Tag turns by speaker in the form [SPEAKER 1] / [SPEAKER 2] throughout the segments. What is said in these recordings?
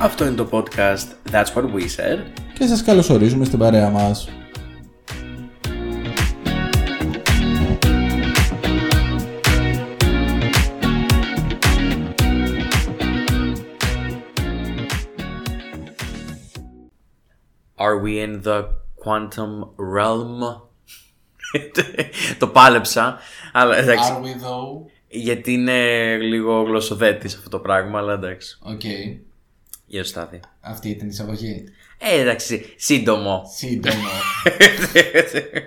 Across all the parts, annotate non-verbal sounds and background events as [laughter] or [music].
[SPEAKER 1] Αυτό είναι το podcast That's What We Said.
[SPEAKER 2] και σας καλωσορίζουμε στην παρέα μας.
[SPEAKER 1] Are we in the quantum realm? [laughs] το πάλεψα, αλλά εντάξει,
[SPEAKER 2] we though?
[SPEAKER 1] γιατί είναι λίγο γλωσσοδέτης αυτό το πράγμα, αλλά εντάξει.
[SPEAKER 2] Οκ.
[SPEAKER 1] Γεια σου Στάθη.
[SPEAKER 2] Αυτή ήταν η εισαγωγή.
[SPEAKER 1] Ε, εντάξει, σύντομο. [laughs]
[SPEAKER 2] Σύντομο.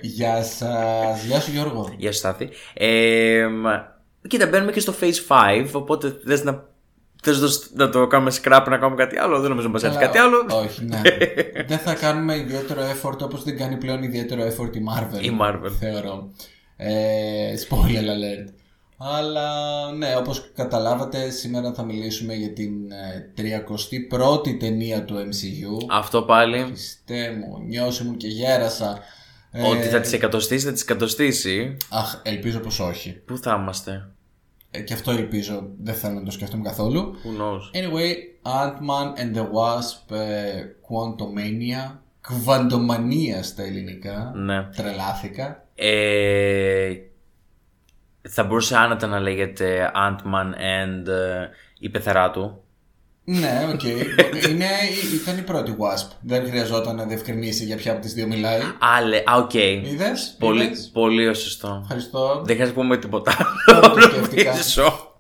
[SPEAKER 2] Γεια σας. Γεια σου Γιώργο.
[SPEAKER 1] Γεια σου Στάθη. Ε, μ, κοίτα, μπαίνουμε και στο Phase 5, οπότε θες να, θες να σ- να το κάνουμε scrap, να κάνουμε κάτι άλλο, δεν νομίζω να μας έρθει
[SPEAKER 2] Αλλά-
[SPEAKER 1] κάτι άλλο.
[SPEAKER 2] Όχι, ναι. Δεν θα κάνουμε ιδιαίτερο effort όπως δεν κάνει πλέον ιδιαίτερο effort η Marvel.
[SPEAKER 1] Η Marvel.
[SPEAKER 2] Θεωρώ. Ε, spoiler alert. Αλλά ναι, όπως καταλάβατε, σήμερα θα μιλήσουμε για την ε, 31η ταινία του MCU.
[SPEAKER 1] Αυτό πάλι.
[SPEAKER 2] Χριστέ μου, νιώσιμουν και γέρασα. Ε,
[SPEAKER 1] Ότι θα τις εκατοστήσει, θα τις εκατοστήσει.
[SPEAKER 2] Αχ, ελπίζω πως όχι.
[SPEAKER 1] Πού θα είμαστε.
[SPEAKER 2] Ε, και αυτό ελπίζω, δεν θέλω να το σκεφτούμε καθόλου.
[SPEAKER 1] Who knows.
[SPEAKER 2] Anyway, Ant-Man and the Wasp, ε, Quantumania, Κβαντομανία στα ελληνικά.
[SPEAKER 1] Ναι.
[SPEAKER 2] Τρελάθηκα.
[SPEAKER 1] Ε, θα μπορούσε άνετα να λέγεται Ant-Man and ε, η πεθερά του.
[SPEAKER 2] Ναι,
[SPEAKER 1] [laughs]
[SPEAKER 2] οκ. Είναι, ήταν η πρώτη Wasp. Δεν χρειαζόταν να διευκρινίσει για ποια από τις δύο μιλάει.
[SPEAKER 1] Άλλε, α, οκ.
[SPEAKER 2] Είδες,
[SPEAKER 1] Πολύ,
[SPEAKER 2] Ε, είδες?
[SPEAKER 1] πολύ σωστό.
[SPEAKER 2] Ευχαριστώ.
[SPEAKER 1] Δεν χρειάζεται να πούμε τίποτα.
[SPEAKER 2] το σκέφτηκα.
[SPEAKER 1] Νομίζω.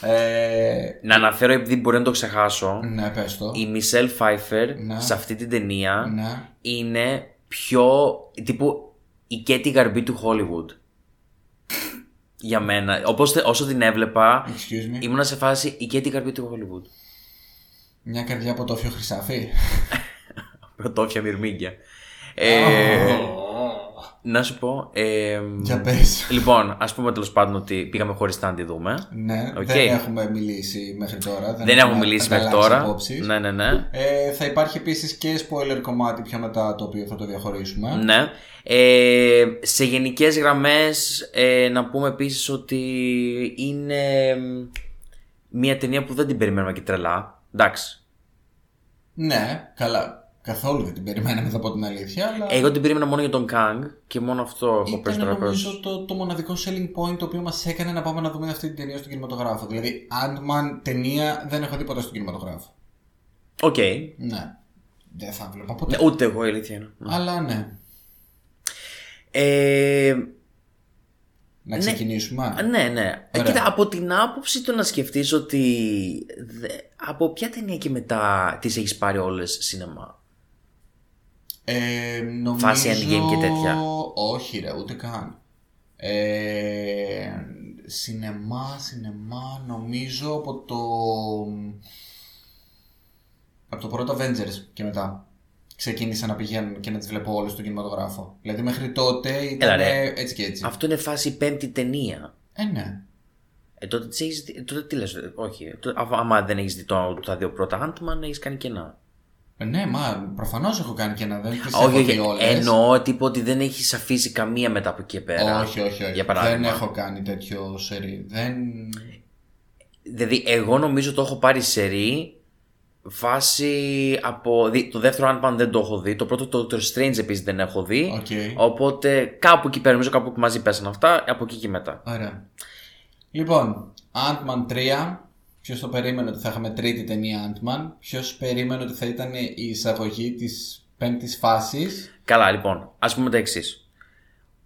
[SPEAKER 2] Ε,
[SPEAKER 1] Να αναφέρω επειδή μπορεί να το ξεχάσω.
[SPEAKER 2] ναι, πες το.
[SPEAKER 1] Η Μισελ Φάιφερ
[SPEAKER 2] Ναι.
[SPEAKER 1] σε αυτή την ταινία
[SPEAKER 2] Ναι.
[SPEAKER 1] είναι πιο. τύπου η Κέτι Γαρμπή του Hollywood. Για μένα. Όπως, θε- όσο την έβλεπα,
[SPEAKER 2] Excuse me.
[SPEAKER 1] ήμουνα σε φάση η Κέτι Γαρμπή του Hollywood.
[SPEAKER 2] Μια καρδιά από το όφιο χρυσάφι.
[SPEAKER 1] Πρωτόφια μυρμήγκια. Ε,
[SPEAKER 2] Oh.
[SPEAKER 1] να σου πω. Ε,
[SPEAKER 2] Για πες.
[SPEAKER 1] λοιπόν, ας πούμε τέλος πάντων ότι πήγαμε χωριστά να τη δούμε.
[SPEAKER 2] Ναι,
[SPEAKER 1] Οκ.
[SPEAKER 2] δεν έχουμε μιλήσει μέχρι τώρα.
[SPEAKER 1] Δεν έχουμε μιλήσει μέχρι
[SPEAKER 2] ανταλλάξει
[SPEAKER 1] τώρα.
[SPEAKER 2] απόψεις.
[SPEAKER 1] Ναι, ναι, ναι.
[SPEAKER 2] Ε, θα υπάρχει επίσης και spoiler κομμάτι πιο μετά το οποίο θα το διαχωρίσουμε.
[SPEAKER 1] Ναι. Ε, σε γενικές γραμμές ε, να πούμε επίσης ότι είναι μ, μια ταινία που δεν την περιμένουμε και τρελά. Εντάξει.
[SPEAKER 2] Ναι, καλά. Καθόλου δεν την περιμέναμε, θα πω την αλήθεια. Αλλά
[SPEAKER 1] Εγώ την περίμενα μόνο για τον Κανγκ και μόνο αυτό έχω πέσει
[SPEAKER 2] ήταν
[SPEAKER 1] τώρα
[SPEAKER 2] νομίζω το, το μοναδικό selling point το οποίο μας έκανε να πάμε να δούμε αυτή την ταινία στον κινηματογράφο. Δηλαδή, Ant-Man ταινία δεν έχω δει ποτέ στον κινηματογράφο.
[SPEAKER 1] Οκ.
[SPEAKER 2] Ναι. Δεν θα βλέπα ποτέ.
[SPEAKER 1] Ναι, Ούτε εγώ η αλήθεια είναι.
[SPEAKER 2] Αλλά ναι.
[SPEAKER 1] Ε,
[SPEAKER 2] Να ξεκινήσουμε.
[SPEAKER 1] ναι, ναι.
[SPEAKER 2] Ωραία.
[SPEAKER 1] Κοίτα, από την άποψη το να σκεφτείς ότι δε- από ποια ταινία και μετά τις έχεις πάρει όλες σινεμά.
[SPEAKER 2] Ε, νομίζω...
[SPEAKER 1] Φάση endgame και τέτοια.
[SPEAKER 2] Όχι ρε, ούτε καν. Ε, σινεμά, σινεμά, νομίζω από το... Από το πρώτο Avengers και μετά. Ξεκίνησα να πηγαίνω και να τις βλέπω όλες στον κινηματογράφο. Δηλαδή μέχρι τότε ήταν
[SPEAKER 1] Έλα, ρε.
[SPEAKER 2] έτσι και έτσι.
[SPEAKER 1] Αυτό είναι φάση πέμπτη ταινία.
[SPEAKER 2] Ε, ναι.
[SPEAKER 1] Ε, τότε, τις έχεις δει- τότε τι λες, ε, όχι. Τότε, α- άμα δεν έχεις δει το, τα δύο πρώτα Ant-Man, έχεις κάνει κενά.
[SPEAKER 2] Ε, ναι, μα προφανώς έχω κάνει και ένα, δεν τις
[SPEAKER 1] Α,
[SPEAKER 2] έχω
[SPEAKER 1] όχι,
[SPEAKER 2] δει
[SPEAKER 1] όχι.
[SPEAKER 2] όλες.
[SPEAKER 1] Εννοώ τύπο ότι δεν έχεις αφήσει καμία μετά από εκεί και πέρα.
[SPEAKER 2] Όχι, όχι, όχι.
[SPEAKER 1] Για παράδειγμα.
[SPEAKER 2] Δεν έχω κάνει τέτοιο σερί. Δεν...
[SPEAKER 1] Δηλαδή, εγώ νομίζω το έχω πάρει σε ρί βάσει από. δη- το δεύτερο Ant-Man δεν το έχω δει. Το πρώτο το Doctor Strange επίσης δεν έχω δει.
[SPEAKER 2] Οκ.
[SPEAKER 1] Οπότε κάπου εκεί πέρα, νομίζω κάπου μαζί πέσαν αυτά, από εκεί και μετά.
[SPEAKER 2] Ωραία. Λοιπόν, Ant-Man 3. Ποιος το περίμενε ότι θα είχαμε τρίτη ταινία Ant-Man. Ποιος περίμενε ότι θα ήταν η εισαγωγή της πέμπτης φάσης.
[SPEAKER 1] Καλά, λοιπόν, ας πούμε τα εξής.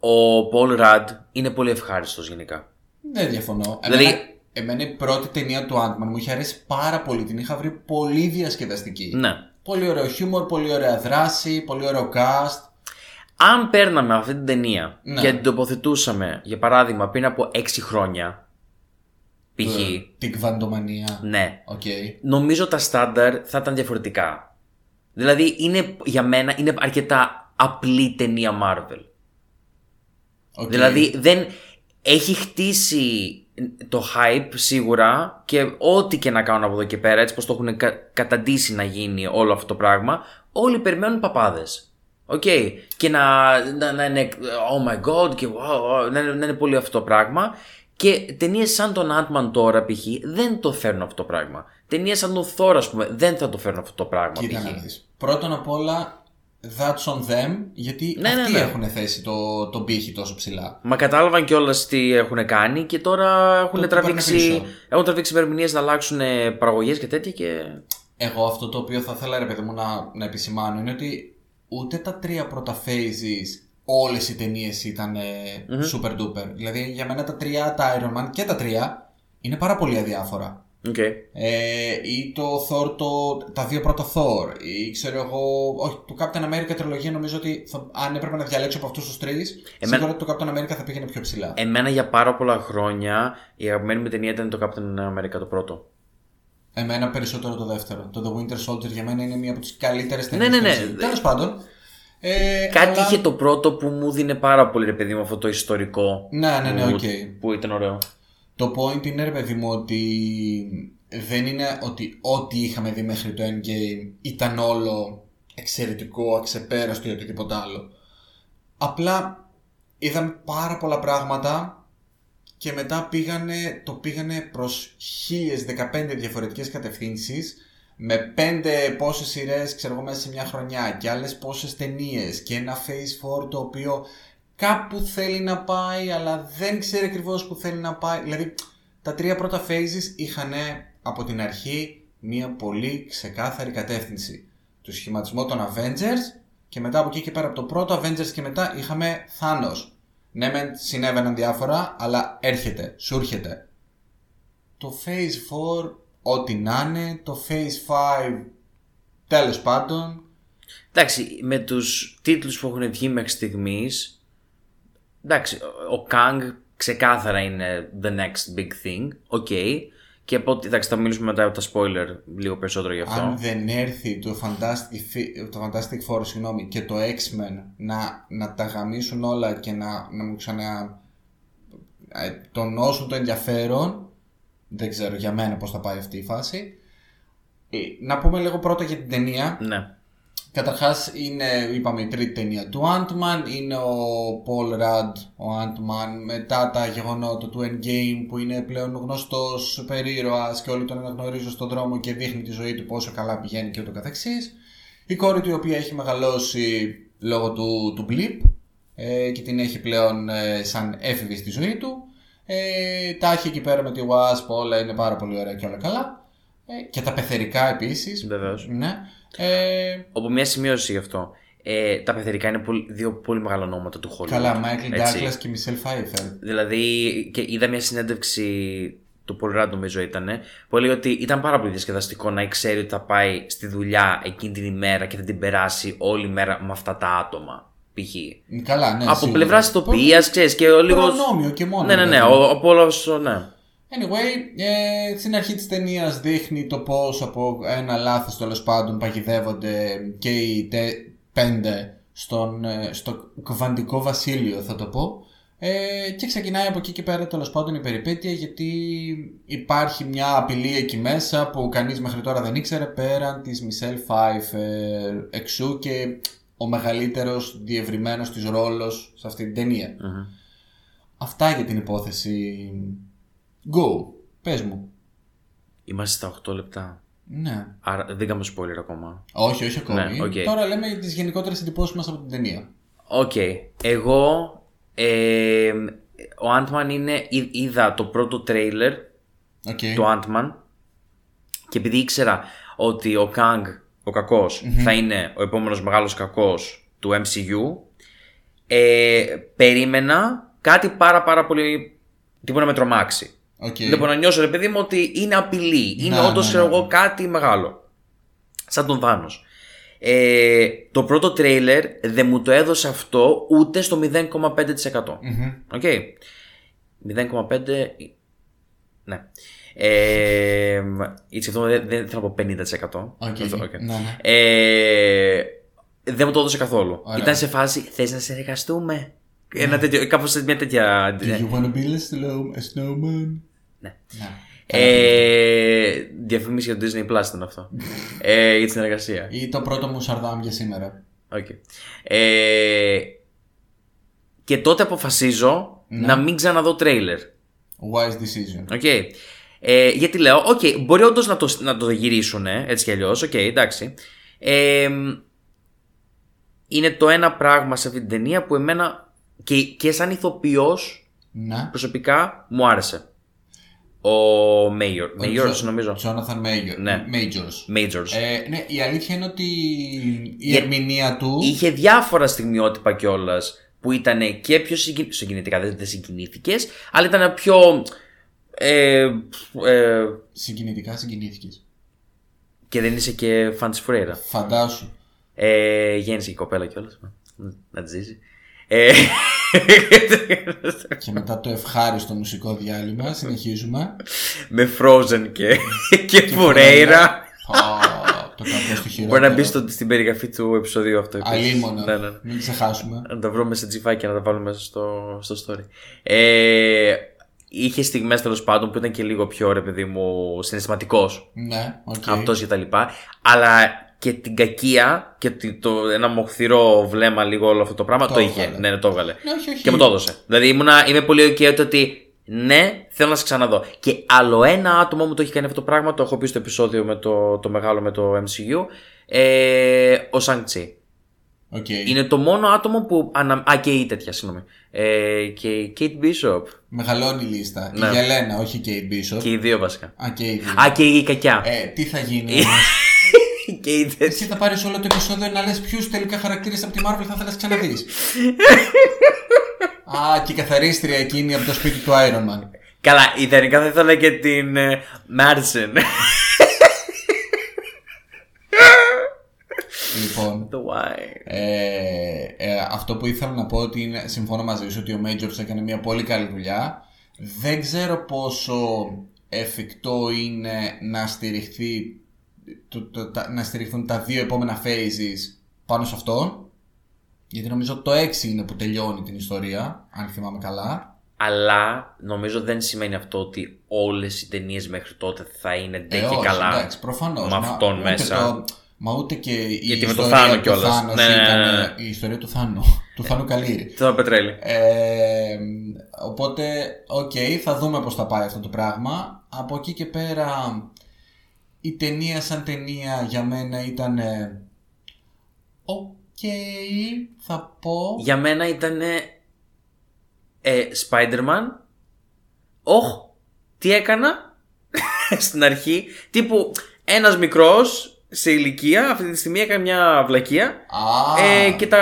[SPEAKER 1] Ο Paul Rudd είναι πολύ ευχάριστος γενικά.
[SPEAKER 2] Δεν διαφωνώ.
[SPEAKER 1] Δηλαδή-
[SPEAKER 2] Εμένα, εμένα η πρώτη ταινία του Ant-Man μου είχε αρέσει πάρα πολύ. Την είχα βρει πολύ διασκεδαστική.
[SPEAKER 1] Ναι.
[SPEAKER 2] Πολύ ωραίο χιούμορ, πολύ ωραία δράση, πολύ ωραίο cast.
[SPEAKER 1] Αν παίρναμε αυτή την ταινία
[SPEAKER 2] Ναι.
[SPEAKER 1] και την τοποθετούσαμε, για παράδειγμα, πριν από 6 χρόνια, π.χ.
[SPEAKER 2] Ε, Την κβαντομανία.
[SPEAKER 1] Ναι.
[SPEAKER 2] Οκ.
[SPEAKER 1] Νομίζω τα στάνταρ θα ήταν διαφορετικά. Δηλαδή, είναι, για μένα είναι αρκετά απλή ταινία Marvel.
[SPEAKER 2] οκ.
[SPEAKER 1] Δηλαδή, δεν έχει χτίσει το hype σίγουρα και ό,τι και να κάνουν από εδώ και πέρα, έτσι πως το έχουν κα- καταντήσει να γίνει όλο αυτό το πράγμα, όλοι περιμένουν παπάδες. Οκ. Και να, να, να είναι oh my god και wow, wow, να, είναι- να είναι πολύ αυτό το πράγμα. Και ταινίες σαν τον Άντμαν τώρα π.χ. δεν το φέρνουν αυτό το πράγμα. Ταινίες σαν τον Θόρα, ας πούμε, δεν θα το φέρνουν αυτό το πράγμα.
[SPEAKER 2] Κοίτα
[SPEAKER 1] π.χ.
[SPEAKER 2] να δεις. Πρώτον απ' όλα, that's on them, γιατί
[SPEAKER 1] Ναι, ναι,
[SPEAKER 2] αυτοί
[SPEAKER 1] ναι.
[SPEAKER 2] έχουν θέσει το, τον πύχη τόσο ψηλά.
[SPEAKER 1] Μα κατάλαβαν κιόλας τι έχουν κάνει και τώρα έχουν
[SPEAKER 2] Το- το
[SPEAKER 1] τραβήξει,
[SPEAKER 2] παίρνουν πίσω.
[SPEAKER 1] έχουν τραβήξει ημερομηνίες να αλλάξουν παραγωγές και τέτοια και.
[SPEAKER 2] Εγώ αυτό το οποίο θα ήθελα ρε παιδί μου να, να επισημάνω είναι ότι ούτε τα τρία πρώτα phases όλες οι ταινίες ήταν ε, super duper. Δηλαδή για μένα τα τρία, τα Iron Man και τα τρία είναι πάρα πολύ αδιάφορα.
[SPEAKER 1] Οκ.
[SPEAKER 2] Ε, ή το Thor, το, τα δύο πρώτα Thor, ή ξέρω εγώ, όχι, το Captain America τριλογία νομίζω ότι θα, αν έπρεπε να διαλέξω από αυτούς τους τρεις,
[SPEAKER 1] Εμένα-
[SPEAKER 2] σίγουρα το Captain America θα πήγαινε πιο ψηλά.
[SPEAKER 1] Εμένα για πάρα πολλά χρόνια η αγαπημένη μου ταινία ήταν το Captain America το πρώτο.
[SPEAKER 2] Εμένα περισσότερο το δεύτερο. Το The Winter Soldier για μένα είναι μία από τις καλύτερες
[SPEAKER 1] Ναι,
[SPEAKER 2] ταινίες.
[SPEAKER 1] ναι, ναι.
[SPEAKER 2] Τέλος πάντων. Ε,
[SPEAKER 1] Κάτι
[SPEAKER 2] αλλά-
[SPEAKER 1] είχε το πρώτο που μου δίνε πάρα πολύ ρε παιδί μου αυτό το ιστορικό.
[SPEAKER 2] Ναι, ναι, ναι,
[SPEAKER 1] που-
[SPEAKER 2] οκ.
[SPEAKER 1] Που ήταν ωραίο.
[SPEAKER 2] Το point είναι, ρε παιδί μου, ότι δεν είναι ότι ό,τι είχαμε δει μέχρι το endgame ήταν όλο εξαιρετικό, αξεπέραστο ή οτιδήποτε άλλο. Απλά είδαμε πάρα πολλά πράγματα και μετά πήγανε, το πήγανε προς 1015 διαφορετικές κατευθύνσεις με πέντε πόσες σειρές ξέρω εγώ μέσα σε μια χρονιά και άλλες πόσες ταινίες και ένα Phase 4 το οποίο κάπου θέλει να πάει αλλά δεν ξέρει ακριβώς που θέλει να πάει δηλαδή τα τρία πρώτα phases είχαν ε, από την αρχή μια πολύ ξεκάθαρη κατεύθυνση το σχηματισμό των Avengers και μετά από εκεί και πέρα από το πρώτο Avengers και μετά είχαμε Thanos ναι μεν συνέβαιναν διάφορα αλλά έρχεται, σου έρχεται το Phase 4 ό,τι να είναι, το Phase 5 τέλος πάντων.
[SPEAKER 1] Εντάξει, με τους τίτλους που έχουν βγει μέχρι στιγμής. Εντάξει, ο Kang ξεκάθαρα είναι the next big thing. Οκ. Και από ό,τι. Εντάξει, θα μιλήσουμε μετά από τα spoiler λίγο περισσότερο γι' αυτό.
[SPEAKER 2] Αν δεν έρθει το Fantastic, F- το Fantastic Four συγγνώμη, και το X-Men να, να τα γαμίσουν όλα και να, να μου ξανα ε, τονώσουν το ενδιαφέρον, δεν ξέρω για μένα πώς θα πάει αυτή η φάση. Ε, Να πούμε λίγο πρώτα για την ταινία.
[SPEAKER 1] Ναι.
[SPEAKER 2] Καταρχάς είναι, είπαμε, η τρίτη ταινία του Ant-Man, είναι ο Paul Rudd, ο Ant-Man, μετά τα γεγονότα του Endgame που είναι πλέον γνωστός σούπερ ήρωας και όλοι τον αναγνωρίζουν στον δρόμο και δείχνει τη ζωή του πόσο καλά πηγαίνει και ούτω καθεξής. Η κόρη του η οποία έχει μεγαλώσει λόγω του, του Blip ε, και την έχει πλέον ε, σαν έφηβη στη ζωή του. Ε, τα έχει εκεί πέρα με τη Wasp, όλα είναι πάρα πολύ ωραία και όλα καλά. Ε, και τα πεθερικά επίσης.
[SPEAKER 1] Βεβαίως.
[SPEAKER 2] Ναι. Ε,
[SPEAKER 1] Όπου μια σημείωση γι' αυτό. Ε, τα πεθερικά είναι πολύ- δύο πολύ μεγάλα ονόματα του Hollywood.
[SPEAKER 2] Καλά, Μάικλ
[SPEAKER 1] έτσι.
[SPEAKER 2] Ντάγκλας και Μισελ Φάιφερ.
[SPEAKER 1] Δηλαδή, και είδα μια συνέντευξη του Πολ Ράντ, νομίζω ήταν, που έλεγε ότι ήταν πάρα πολύ διασκεδαστικό να ξέρει ότι θα πάει στη δουλειά εκείνη την ημέρα και θα την περάσει όλη μέρα με αυτά τα άτομα. Π.χ.
[SPEAKER 2] Καλά, ναι.
[SPEAKER 1] από
[SPEAKER 2] σίγουρα.
[SPEAKER 1] πλευράς ηθοποιία, ξέρεις και ο λίγο.
[SPEAKER 2] Προνόμιο και μόνο.
[SPEAKER 1] Ναι, ναι, ναι,
[SPEAKER 2] δηλαδή.
[SPEAKER 1] ο- από όλο όσο, ναι.
[SPEAKER 2] Anyway, ε, στην αρχή της ταινίας δείχνει το πώς από ένα λάθος τέλος πάντων παγιδεύονται και οι τε, πέντε στον, ε, στο κβαντικό βασίλειο θα το πω. Ε, και ξεκινάει από εκεί και πέρα τέλος πάντων η περιπέτεια γιατί υπάρχει μια απειλή εκεί μέσα που κανείς μέχρι τώρα δεν ήξερε πέραν της Μισελ Φάιφερ εξού και ο μεγαλύτερος διευρυμένος της ρόλος σε αυτή την ταινία.
[SPEAKER 1] Μμμ.
[SPEAKER 2] Αυτά για την υπόθεση. Go. Πες μου.
[SPEAKER 1] Είμαστε στα 8 λεπτά.
[SPEAKER 2] Ναι.
[SPEAKER 1] Άρα δεν κάνουμε spoiler ακόμα.
[SPEAKER 2] Όχι, όχι ακόμη.
[SPEAKER 1] Ναι, οκ.
[SPEAKER 2] Τώρα λέμε για τις γενικότερες εντυπώσεις μας από την ταινία.
[SPEAKER 1] Οκ. Εγώ. Ε, ο Άντμαν είναι. εί- Είδα το πρώτο τρέιλερ
[SPEAKER 2] Οκ.
[SPEAKER 1] το Ant-Man και επειδή ήξερα ότι ο Kang, ο κακος θα είναι ο επόμενος μεγάλος κακός του MCU ε, περίμενα κάτι πάρα πάρα πολύ τύπου να με τρομάξει.
[SPEAKER 2] Οκ.
[SPEAKER 1] Λοιπόν, να νιώσω ρε παιδί μου ότι είναι απειλή, είναι
[SPEAKER 2] Ναι,
[SPEAKER 1] όντως
[SPEAKER 2] ναι,
[SPEAKER 1] ξέρω
[SPEAKER 2] ναι.
[SPEAKER 1] εγώ κάτι μεγάλο. Σαν τον Θάνος. Ε, το πρώτο τρέιλερ δεν μου το έδωσε αυτό ούτε στο 0,5%.
[SPEAKER 2] Μμμ.
[SPEAKER 1] Οκ. 0,5. Ναι. Ε, η σκεφτόμουν, δεν, δεν θέλω να πω 50%.
[SPEAKER 2] Οκ.
[SPEAKER 1] Αυτό, οκ.
[SPEAKER 2] Ναι, ναι.
[SPEAKER 1] Ε, δεν μου το έδωσε καθόλου.
[SPEAKER 2] Ωραία. Ναι.
[SPEAKER 1] Ήταν σε φάση, θες να συνεργαστούμε. Ένα τέτοιο, κάπως μια τέτοια.
[SPEAKER 2] Do you wanna be a snow- a snowman?
[SPEAKER 1] Ναι.
[SPEAKER 2] Ναι.
[SPEAKER 1] Ε, διαφήμιση για το Disney Plus ήταν
[SPEAKER 2] [laughs]
[SPEAKER 1] αυτό. ε, για τη συνεργασία.
[SPEAKER 2] Ή το πρώτο μου σαρδάμ για σήμερα.
[SPEAKER 1] Οκ.
[SPEAKER 2] Ναι.
[SPEAKER 1] Ε, και τότε αποφασίζω να μην ξαναδώ τρέιλερ.
[SPEAKER 2] Wise decision.
[SPEAKER 1] Οκ. Ε, γιατί λέω, οκ, μπορεί όντως να το, να το γυρίσουν έτσι κι αλλιώς. Οκ, εντάξει. Ε, είναι το ένα πράγμα σε αυτή την ταινία που εμένα και, και σαν ηθοποιός
[SPEAKER 2] Να.
[SPEAKER 1] προσωπικά μου άρεσε. Ο Major. Majors, νομίζω.
[SPEAKER 2] Jonathan Major.
[SPEAKER 1] Ναι.
[SPEAKER 2] Majors.
[SPEAKER 1] Majors.
[SPEAKER 2] Ε, ναι, η αλήθεια είναι ότι η
[SPEAKER 1] Για-
[SPEAKER 2] ερμηνεία του.
[SPEAKER 1] Είχε διάφορα στιγμιότυπα κιόλας που ήταν και πιο συγκι... συγκινητικά, δεν, δεν συγκινήθηκες, αλλά ήταν πιο. Ε, ε,
[SPEAKER 2] Συγκινητικά συγκινήθηκες.
[SPEAKER 1] και δεν είσαι και φαν της Φουρέιρα.
[SPEAKER 2] Φαντάσου.
[SPEAKER 1] Ε, γέννησε η κοπέλα κιόλας. Να της ζήσει. Ε, [laughs]
[SPEAKER 2] Και μετά το ευχάριστο μουσικό διάλειμμα, συνεχίζουμε.
[SPEAKER 1] με Frozen και, [laughs] και
[SPEAKER 2] Φουρέιρα.
[SPEAKER 1] Φουρέιρα.
[SPEAKER 2] Α, το κακό στο ναι. χειρότερο.
[SPEAKER 1] Μπορεί να μπει στο, στην περιγραφή του επεισοδίου αυτό. επίσης.
[SPEAKER 2] Αλίμονα.
[SPEAKER 1] Ναι, ναι, ναι.
[SPEAKER 2] Μην ξεχάσουμε.
[SPEAKER 1] Να τα βρούμε σε τζιφάκια να τα βάλουμε στο, στο story. Ε, είχε στιγμές τέλος πάντων που ήταν και λίγο πιο ρε παιδί μου συναισθηματικός
[SPEAKER 2] Ναι, οκ.
[SPEAKER 1] αυτός και τα λοιπά. Αλλά και την κακία και τη- το, ένα μοχθηρό βλέμμα λίγο όλο αυτό το πράγμα
[SPEAKER 2] Το
[SPEAKER 1] το, είχε.
[SPEAKER 2] έβγαλε.
[SPEAKER 1] Ναι, ναι, το έβγαλε.
[SPEAKER 2] Ναι, όχι, όχι.
[SPEAKER 1] Και μου το έδωσε. Δηλαδή ήμουνα, είμαι πολύ ok ότι- ότι ναι, θέλω να σε ξαναδώ. Και άλλο ένα άτομο μου το έχει κάνει αυτό το πράγμα, το έχω πει στο επεισόδιο με το, το μεγάλο με το MCU. Ε, ο Σανκτσί.
[SPEAKER 2] Οκ.
[SPEAKER 1] Είναι το μόνο άτομο που. Ανα... Α, και η τέτοια, συγγνώμη. Ε, και η Kate Bishop.
[SPEAKER 2] Μεγαλώνει η λίστα.
[SPEAKER 1] Ναι.
[SPEAKER 2] Η Γελένα, όχι και η Bishop.
[SPEAKER 1] Και οι δύο βασικά.
[SPEAKER 2] Α, και η
[SPEAKER 1] Α, και η κακιά.
[SPEAKER 2] Ε, τι θα γίνει.
[SPEAKER 1] Ε, και η τέτοια.
[SPEAKER 2] Εσύ θα πάρεις όλο το επεισόδιο να λες ποιους τελικά χαρακτήρες από τη Marvel θα ήθελε ξαναδείς.
[SPEAKER 1] [laughs]
[SPEAKER 2] Α, και η καθαρίστρια εκείνη από το σπίτι του Iron Man.
[SPEAKER 1] Καλά, ιδανικά θα ήθελα και την ε, Madison.
[SPEAKER 2] Λοιπόν.
[SPEAKER 1] Το why.
[SPEAKER 2] Ε, ε, αυτό που ήθελα να πω ότι είναι, συμφωνώ μαζί σου ότι ο Majors έκανε μια πολύ καλή δουλειά. Δεν ξέρω πόσο εφικτό είναι να στηριχθεί το, το- τα, να στηριχθούν τα δύο επόμενα phases πάνω σε αυτό. Γιατί νομίζω το 6 είναι που τελειώνει την ιστορία, αν θυμάμαι καλά.
[SPEAKER 1] Αλλά νομίζω δεν σημαίνει αυτό ότι όλες οι ταινίες μέχρι τότε θα είναι ντε
[SPEAKER 2] Ε,
[SPEAKER 1] και
[SPEAKER 2] όχι,
[SPEAKER 1] καλά.
[SPEAKER 2] Εντάξει, προφανώς.
[SPEAKER 1] με αυτόν
[SPEAKER 2] ούτε
[SPEAKER 1] μέσα.
[SPEAKER 2] το- μα ούτε και η
[SPEAKER 1] Γιατί με το
[SPEAKER 2] ιστορία
[SPEAKER 1] Θάνο
[SPEAKER 2] του
[SPEAKER 1] κιόλας.
[SPEAKER 2] Θάνος
[SPEAKER 1] Ναι, ναι, ναι,
[SPEAKER 2] ήταν,
[SPEAKER 1] ναι.
[SPEAKER 2] ε, η ιστορία του Θάνου, [laughs] του Θάνου Καλύρη.
[SPEAKER 1] Θέλω να πετρέλει.
[SPEAKER 2] Ε, οπότε, οκ, θα δούμε πώς θα πάει αυτό το πράγμα. Από εκεί και πέρα, η ταινία σαν ταινία για μένα ήταν... ε, Οκ, θα πω...
[SPEAKER 1] Για μένα ήταν. Ε, Spider-Man. Όχ, τι έκανα [laughs] στην αρχή. Τύπου ένας μικρός σε ηλικία αυτή τη στιγμή έκανε μια βλακεία
[SPEAKER 2] Α,
[SPEAKER 1] ε, και τα,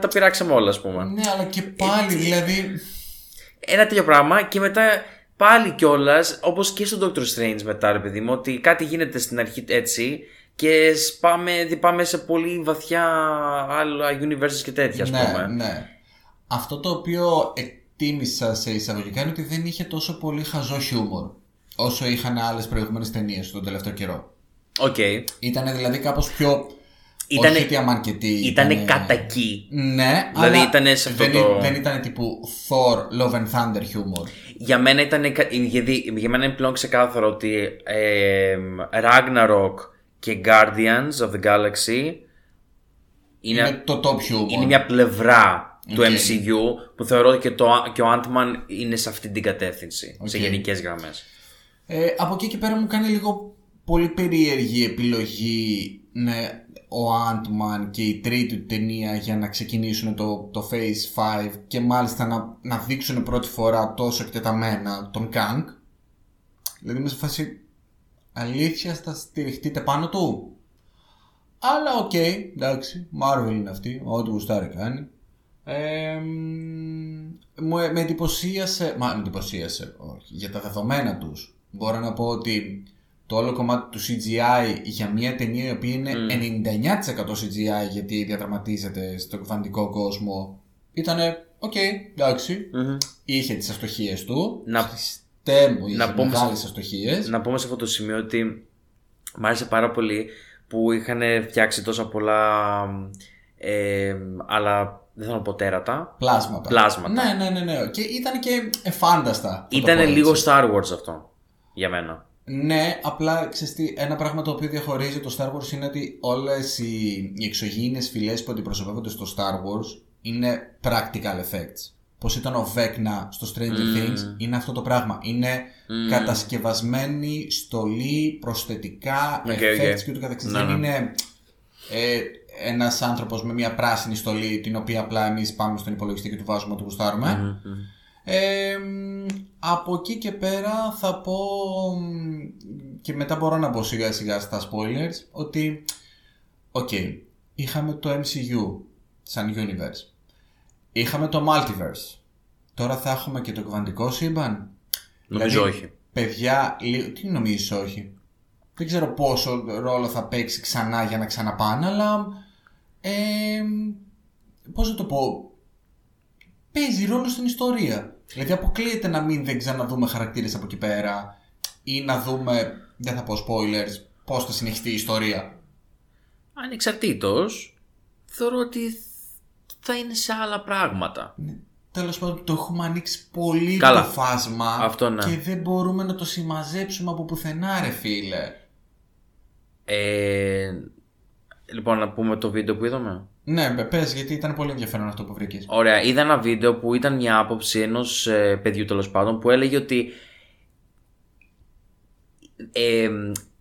[SPEAKER 1] τα πειράξαμε όλα, ας πούμε.
[SPEAKER 2] ναι, αλλά και πάλι, δηλαδή...
[SPEAKER 1] Ένα τέτοιο πράγμα και μετά πάλι κιόλας, όπως και στο Doctor Strange μετά, ρε παιδί μου, ότι κάτι γίνεται στην αρχή έτσι και σπάμε, δι- πάμε σε πολύ βαθιά άλλα universes και τέτοια, ας
[SPEAKER 2] Ναι,
[SPEAKER 1] πούμε.
[SPEAKER 2] ναι. Αυτό το οποίο εκτίμησα σε εισαγωγικά είναι ότι δεν είχε τόσο πολύ χαζό χιούμορ όσο είχαν άλλες προηγούμενες ταινίες τον τελευταίο καιρό.
[SPEAKER 1] Οκ.
[SPEAKER 2] Ήταν δηλαδή κάπως πιο.
[SPEAKER 1] Ήτανε-
[SPEAKER 2] Όχι ότι αμαρκετή.
[SPEAKER 1] Ήτανε
[SPEAKER 2] ήτανε-
[SPEAKER 1] κατακή.
[SPEAKER 2] Ναι,
[SPEAKER 1] Δηλαδή
[SPEAKER 2] αλλά
[SPEAKER 1] ήτανε σε αυτό
[SPEAKER 2] δεν,
[SPEAKER 1] το-
[SPEAKER 2] ή- δεν ήταν τύπου Thor, Love and Thunder humor.
[SPEAKER 1] Για μένα ήταν. κα- ε, Γιατί για μένα είναι πλέον ξεκάθαρο ότι ε, Ragnarok και Guardians of the Galaxy είναι,
[SPEAKER 2] Είναι
[SPEAKER 1] είναι,
[SPEAKER 2] το top humor.
[SPEAKER 1] μια πλευρά του
[SPEAKER 2] Οκ.
[SPEAKER 1] MCU που θεωρώ και, το, και ο Ant-Man είναι σε αυτή την κατεύθυνση. Σε
[SPEAKER 2] Οκ.
[SPEAKER 1] γενικές γραμμές.
[SPEAKER 2] Ε, από εκεί και πέρα μου κάνει λίγο πολύ περίεργη επιλογή ναι, ο Ant-Man και η τρίτη του ταινία για να ξεκινήσουν το, το Phase 5 και μάλιστα να, να δείξουν πρώτη φορά τόσο εκτεταμένα τον Kang. Δηλαδή είμαι σε φάση αλήθεια θα στηριχτείτε πάνω του. Αλλά οκ, εντάξει, Marvel είναι αυτή, ό,τι γουστάρει κάνει. Ε, μ, μου ε- με εντυπωσίασε, μα με εντυπωσίασε, όχι, για τα δεδομένα τους. Μπορώ να πω ότι το όλο κομμάτι του CGI για μια ταινία η οποία είναι 99% CGI γιατί διαδραματίζεται στον κβαντικό κόσμο ήταν οκ, εντάξει. Είχε τις αστοχίες του.
[SPEAKER 1] Να-
[SPEAKER 2] Χριστέ μου, είχε
[SPEAKER 1] να πούμε σε-
[SPEAKER 2] μεγάλες αστοχίες.
[SPEAKER 1] Να πούμε σε αυτό το σημείο ότι μ' άρεσε πάρα πολύ που είχαν φτιάξει τόσα πολλά. Ε, αλλά δεν θέλω να πω τέρατα.
[SPEAKER 2] Πλάσματα.
[SPEAKER 1] Πλάσματα.
[SPEAKER 2] Ναι, ναι, ναι, ναι. Και ήταν και εφάνταστα. θα το
[SPEAKER 1] Ήταν
[SPEAKER 2] πω
[SPEAKER 1] λίγο
[SPEAKER 2] έτσι.
[SPEAKER 1] Star Wars αυτό για μένα.
[SPEAKER 2] Ναι, απλά ξέρεις τι, ένα πράγμα το οποίο διαχωρίζει το Star Wars είναι ότι όλες οι, οι εξωγήινες φυλές που αντιπροσωπεύονται στο Star Wars είναι practical effects. πως ήταν ο Βέκνα στο Stranger
[SPEAKER 1] Mm.
[SPEAKER 2] Things είναι αυτό το πράγμα. Είναι κατασκευασμένη στολή, προσθετικά,
[SPEAKER 1] Οκ, οκ.
[SPEAKER 2] effects και ούτω καθεξής.
[SPEAKER 1] Ναι,
[SPEAKER 2] Δεν
[SPEAKER 1] ναι.
[SPEAKER 2] είναι ε, ένας άνθρωπος με μια πράσινη στολή την οποία απλά εμείς πάμε στον υπολογιστή και του βάζουμε ό,τι
[SPEAKER 1] Mm-hmm.
[SPEAKER 2] γουστάρουμε. Ε, μ, από εκεί και πέρα θα πω μ, και μετά μπορώ να μπω σιγά σιγά στα spoilers ότι οκ, είχαμε το MCU σαν universe είχαμε το multiverse τώρα θα έχουμε και το κβαντικό σύμπαν
[SPEAKER 1] Νομίζω
[SPEAKER 2] Δηλαδή,
[SPEAKER 1] όχι.
[SPEAKER 2] παιδιά, λι- τι νομίζεις όχι δεν ξέρω πόσο ρόλο θα παίξει ξανά για να ξαναπάνε αλλά ε, μ, πώς να το πω παίζει ρόλο στην ιστορία. Δηλαδή αποκλείεται να μην δεν ξαναδούμε χαρακτήρες από εκεί πέρα ή να δούμε, δεν θα πω spoilers, πώς θα συνεχιστεί η ιστορία.
[SPEAKER 1] Ανεξαρτήτως, θεωρώ ότι θα είναι σε άλλα πράγματα.
[SPEAKER 2] Τέλος πάντων το έχουμε ανοίξει πολύ
[SPEAKER 1] Καλά.
[SPEAKER 2] το φάσμα
[SPEAKER 1] Αυτό ναι.
[SPEAKER 2] και δεν μπορούμε να το συμμαζέψουμε από πουθενά ρε φίλε.
[SPEAKER 1] Ε, λοιπόν, να πούμε το βίντεο που είδαμε.
[SPEAKER 2] Ναι, μπε, πες γιατί ήταν πολύ ενδιαφέρον αυτό που βρήκες.
[SPEAKER 1] Ωραία, είδα ένα βίντεο που ήταν μια άποψη ενός παιδιού τέλος πάντων που έλεγε ότι. Ε,